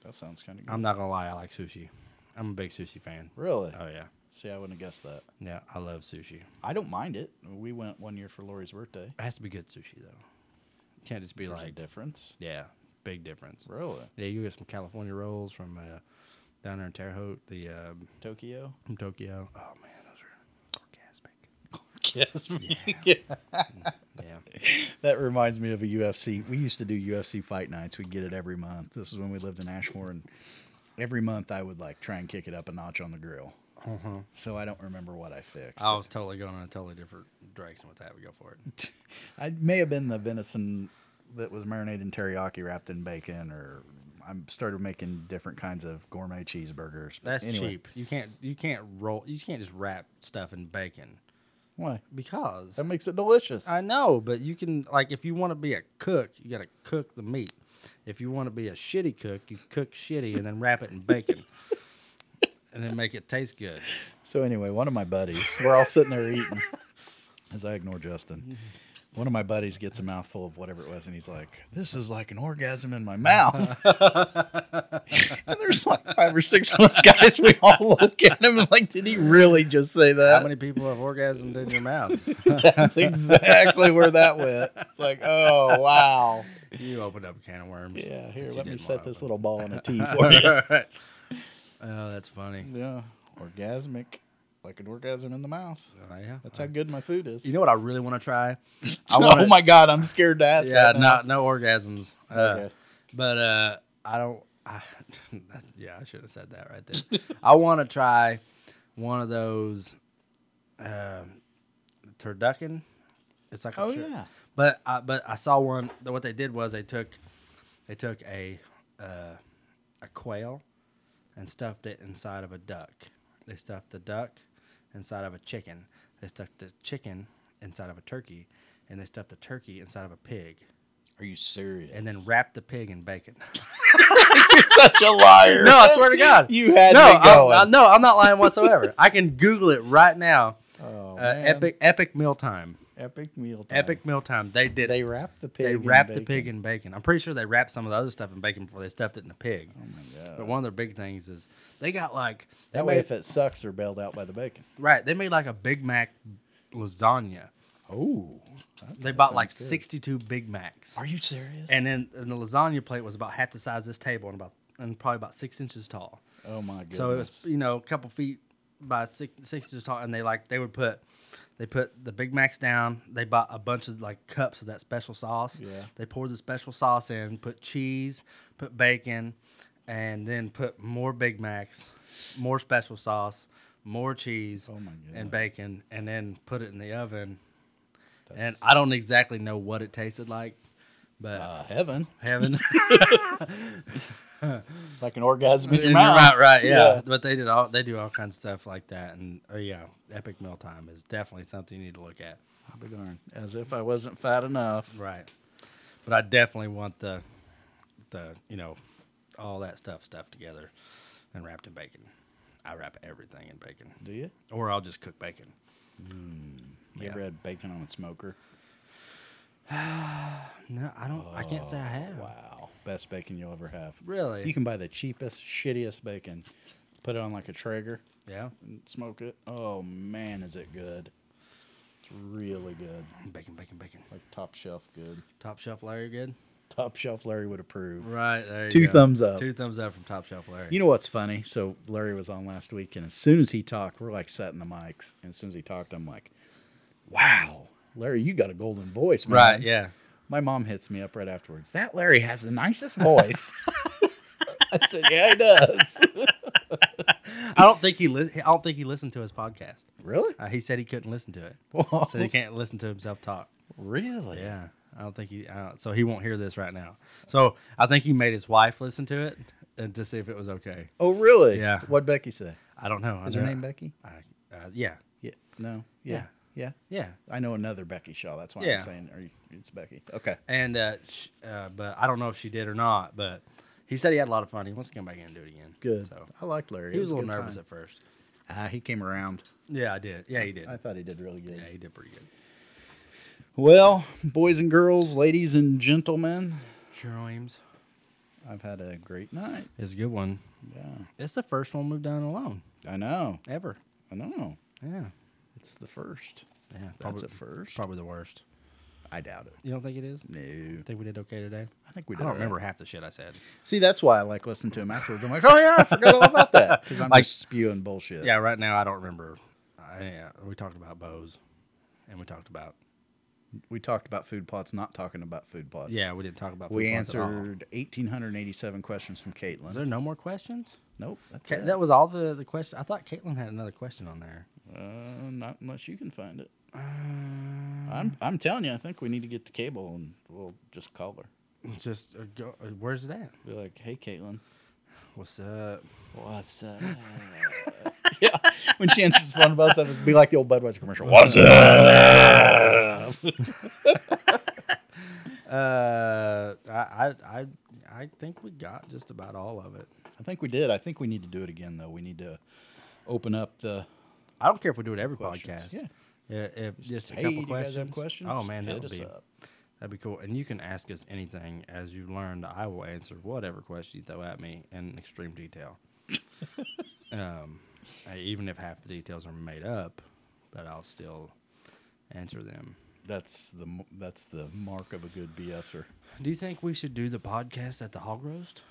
S4: That sounds kind of good.
S6: I'm not gonna lie, I like sushi. I'm a big sushi fan.
S4: really.
S6: Oh yeah,
S4: See, I wouldn't have guessed that.
S6: yeah, I love sushi.
S4: I don't mind it. We went one year for Lori's birthday.
S6: It has to be good sushi though. Can't just be
S4: There's a
S6: like
S4: difference.
S6: Yeah, big difference.
S4: Really,
S6: Yeah, you get some California rolls from uh, down there in Terre Haute, the um,
S4: Tokyo.
S6: from Tokyo. Oh man, those are orgasmic.
S4: Yes.
S6: Yeah,
S4: that reminds me of a UFC. We used to do UFC fight nights. We'd get it every month. This is when we lived in Ashmore, and every month I would like try and kick it up a notch on the grill. So I don't remember what I fixed.
S6: Uh-huh. I was totally going in a totally different direction with that. We go for it.
S4: I may have been the venison that was marinated in teriyaki wrapped in bacon, or I started making different kinds of gourmet cheeseburgers. but
S6: That's
S4: anyway.
S6: cheap. You can't you can't roll you can't just wrap stuff in bacon
S4: Why?
S6: because
S4: That makes it delicious.
S6: I know, but you can like if you want to be a cook, you got to cook the meat. If you want to be a shitty cook, you cook shitty and then wrap it in bacon, and then make it taste good.
S4: So anyway, one of my buddies, we're all sitting there eating as I ignore Justin. One of my buddies gets a mouthful of whatever it was, and he's like, "This is like an orgasm in my mouth." And there's like five or six of us guys. We all look at him and like, "Did he really just say
S6: How
S4: that?"
S6: many people have orgasmed in your mouth?
S4: That's exactly where that went. It's like, "Oh wow,
S6: You opened up a can of worms.
S4: yeah."
S6: that
S4: Here,
S6: you
S4: let me
S6: didn't
S4: set
S6: wanna
S4: this
S6: open.
S4: little ball in a tee for you.
S6: Oh, that's funny.
S4: Yeah, orgasmic, like an orgasm in the mouth.
S6: Oh, yeah.
S4: That's how good my food is.
S6: You know what I really want to try? I
S4: oh my god, I'm scared to ask.
S6: Yeah,
S4: right now.
S6: not no orgasms. Uh,
S4: Okay.
S6: But uh, I don't. I, that, yeah, I should have said that right there. I want to try one of those um turducken. It's like a
S4: Oh,
S6: tur-
S4: yeah.
S6: But I, but I saw one. that What they did was they took they took a uh, a quail and stuffed it inside of a duck. They stuffed the duck inside of a chicken. They stuffed the chicken inside of a turkey, and they stuffed the turkey inside of a pig,
S4: Are you serious?
S6: and then wrapped the pig in bacon.
S4: such a liar.
S6: no, I swear to God.
S4: You had
S6: no,
S4: me going.
S6: I, I, no, I'm not lying whatsoever. I can Google it right now.
S4: oh,
S6: Uh, epic, epic mealtime.
S4: epic meal.
S6: Epic mealtime. They did.
S4: They
S6: They,
S4: wrapped the pig.
S6: they
S4: in
S6: wrapped the
S4: bacon.
S6: pig in bacon. I'm pretty sure they wrapped some of the other stuff in bacon before they stuffed it in the pig. Oh my god! But one of their big things is they got like they
S4: That way,
S6: made-
S4: if it sucks, they're bailed out by the bacon.
S6: Right. They made like a Big Mac lasagna.
S4: Oh,
S6: They bought like 62 Big Macs.
S4: are you serious?
S6: And then and the lasagna plate was about half the size of this table and about and probably about six inches tall.
S4: oh my goodness.
S6: So it was you know a couple feet by six, six inches tall, and they like they would put they put the Big Macs down. They bought a bunch of like cups of that special sauce.
S4: Yeah.
S6: They poured the special sauce in, put cheese, put bacon, and then put more Big Macs, more special sauce, more cheese,
S4: Oh, my
S6: and bacon, and then put it in the oven. and I don't exactly know what it tasted like, but
S4: uh, heaven,
S6: heaven.
S4: like an orgasm in your
S6: And
S4: mouth.
S6: You're right, right, yeah.
S4: Yeah.
S6: But they did all they do all kinds of stuff like that, and oh yeah, epic meal time is definitely something you need to look at.
S4: I'll be darned. As if I wasn't fat enough.
S6: Right. But I definitely want the the you know all that stuff stuff together and wrapped in bacon. I wrap everything in bacon,
S4: Do you? Mm.
S6: or I'll just cook bacon.
S4: You ever had bacon on a smoker?
S6: No, I don't. I can't say I have.
S4: Wow, best bacon you'll ever have.
S6: Really?
S4: You can buy the cheapest, shittiest bacon, put it on like a Traeger,
S6: Yeah,
S4: and smoke it. Oh man, is it good? It's really good.
S6: bacon, bacon, bacon.
S4: Like top shelf good.
S6: Top shelf Larry, good.
S4: Top shelf Larry would approve.
S6: Right there. you
S4: Two
S6: go.
S4: thumbs up.
S6: Two thumbs up from Top Shelf Larry.
S4: You know what's funny? So Larry was on last week, and as soon as he talked, we're like setting the mics. And as soon as he talked, I'm like, "Wow, Larry, you got a golden voice, man."
S6: right? Yeah.
S4: My mom hits me up right afterwards. That Larry has the nicest voice. I said, "Yeah, he does."
S6: I don't think he. Li- I don't think he listened to his podcast.
S4: really?
S6: Uh, he said he couldn't listen to it.
S4: Whoa.
S6: Said he can't listen to himself talk.
S4: Oh, Really?
S6: Yeah, I don't think he. I don't, so he won't hear this right now. So I think he made his wife listen to it and to see if it was okay.
S4: Oh, really?
S6: Yeah.
S4: What Becky say?
S6: I don't know.
S4: Is
S6: I
S4: her
S6: know-
S4: name Becky?
S6: I, uh, yeah,
S4: Yeah. No. Yeah. Yeah.
S6: yeah.
S4: I know another Becky Shaw. That's why
S6: Yeah.
S4: I'm saying are you, it's Becky. Okay.
S6: And uh, sh- uh, but I don't know if she did or not. But he said he had a lot of fun. He wants to come back in and do it again.
S4: Good.
S6: So
S4: I like Larry.
S6: he
S4: It
S6: was a little
S4: good
S6: nervous
S4: time.
S6: at first.
S4: Ah, he came around.
S6: Yeah, I did. Yeah, he did.
S4: I thought he did really good.
S6: yeah, he did pretty good.
S4: Well, boys and girls, ladies and gentlemen,
S6: Dreams
S4: I've had a great night.
S6: is a good one.
S4: Yeah,
S6: It's the first one we've done alone
S4: I know.
S6: ever.
S4: I know.
S6: Yeah.
S4: It's the first.
S6: Yeah,
S4: That's
S6: probably,
S4: a first.
S6: Probably the worst.
S4: I doubt it.
S6: You don't think it is?
S4: No,
S6: Think we did okay today?
S4: I think we did.
S6: I don't
S4: all right.
S6: remember half the shit I said.
S4: See, that's why I like listening to him afterwards. I'm like, oh yeah, I forgot all about that because I'm just spewing bullshit.
S6: Yeah, right now I don't remember. I, yeah, we talked about bows, and we talked about
S4: We talked about food plots, not talking about food plots.
S6: yeah, we didn't talk about.
S4: We
S6: food plots at all.
S4: answered 1,887 questions from
S6: Is
S4: Caitlin.
S6: there no more questions?
S4: Nope, that's
S6: Ca-
S4: it.
S6: That was all the the question. I thought Caitlin had another question on there.
S4: Uh, not unless you can find it.
S6: Uh,
S4: I'm I'm telling you, I think we need to get the cable and we'll just call her.
S6: Just uh, go, uh, where's it at?
S4: Be like, hey, Caitlin,
S6: What's up?
S4: what's up? yeah, when she answers the phone about stuff, it's be like the old Budweiser commercial. What's up?
S6: Uh, I I I, I think we got just about all of it.
S4: I think we did. I think we need to do it again though. We need to open up the
S6: I don't care if we do it every
S4: questions.
S6: podcast.
S4: Yeah.
S6: Yeah, if just a
S4: Hey,
S6: couple
S4: do you
S6: questions.
S4: guys have questions?
S6: Oh man, that
S4: Hit
S6: would
S4: us
S6: be
S4: up.
S6: that'd be cool. And you can ask us anything as you learned. I will answer whatever question you throw at me in extreme detail. um, I- even if half the details are made up, but I'll still answer them.
S4: That's the m- that's the mark of a good BSer.
S6: Do you think we should do the podcast at the hog roast?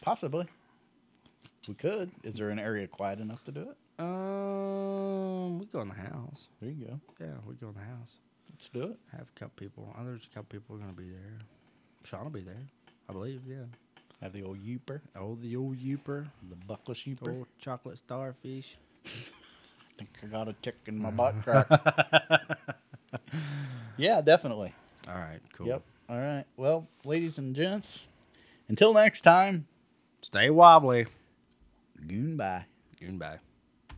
S4: Possibly. We could. Is there an area quiet enough to do it?
S6: Um, we go in the house.
S4: There you go.
S6: Yeah, we go in the house.
S4: Let's do it.
S6: Have a couple people. Oh, there's a couple people going to be there. Sean will be there, I believe. Yeah.
S4: Have the old youper,
S6: Oh, the old Youper.
S4: the buckless youper.
S6: Old chocolate starfish.
S4: think I got a tick in my butt crack. yeah, definitely.
S6: All right, cool.
S4: Yep. All right. Well, ladies and gents, until next time,
S6: Stay wobbly.
S4: goodbye.
S6: Goodbye.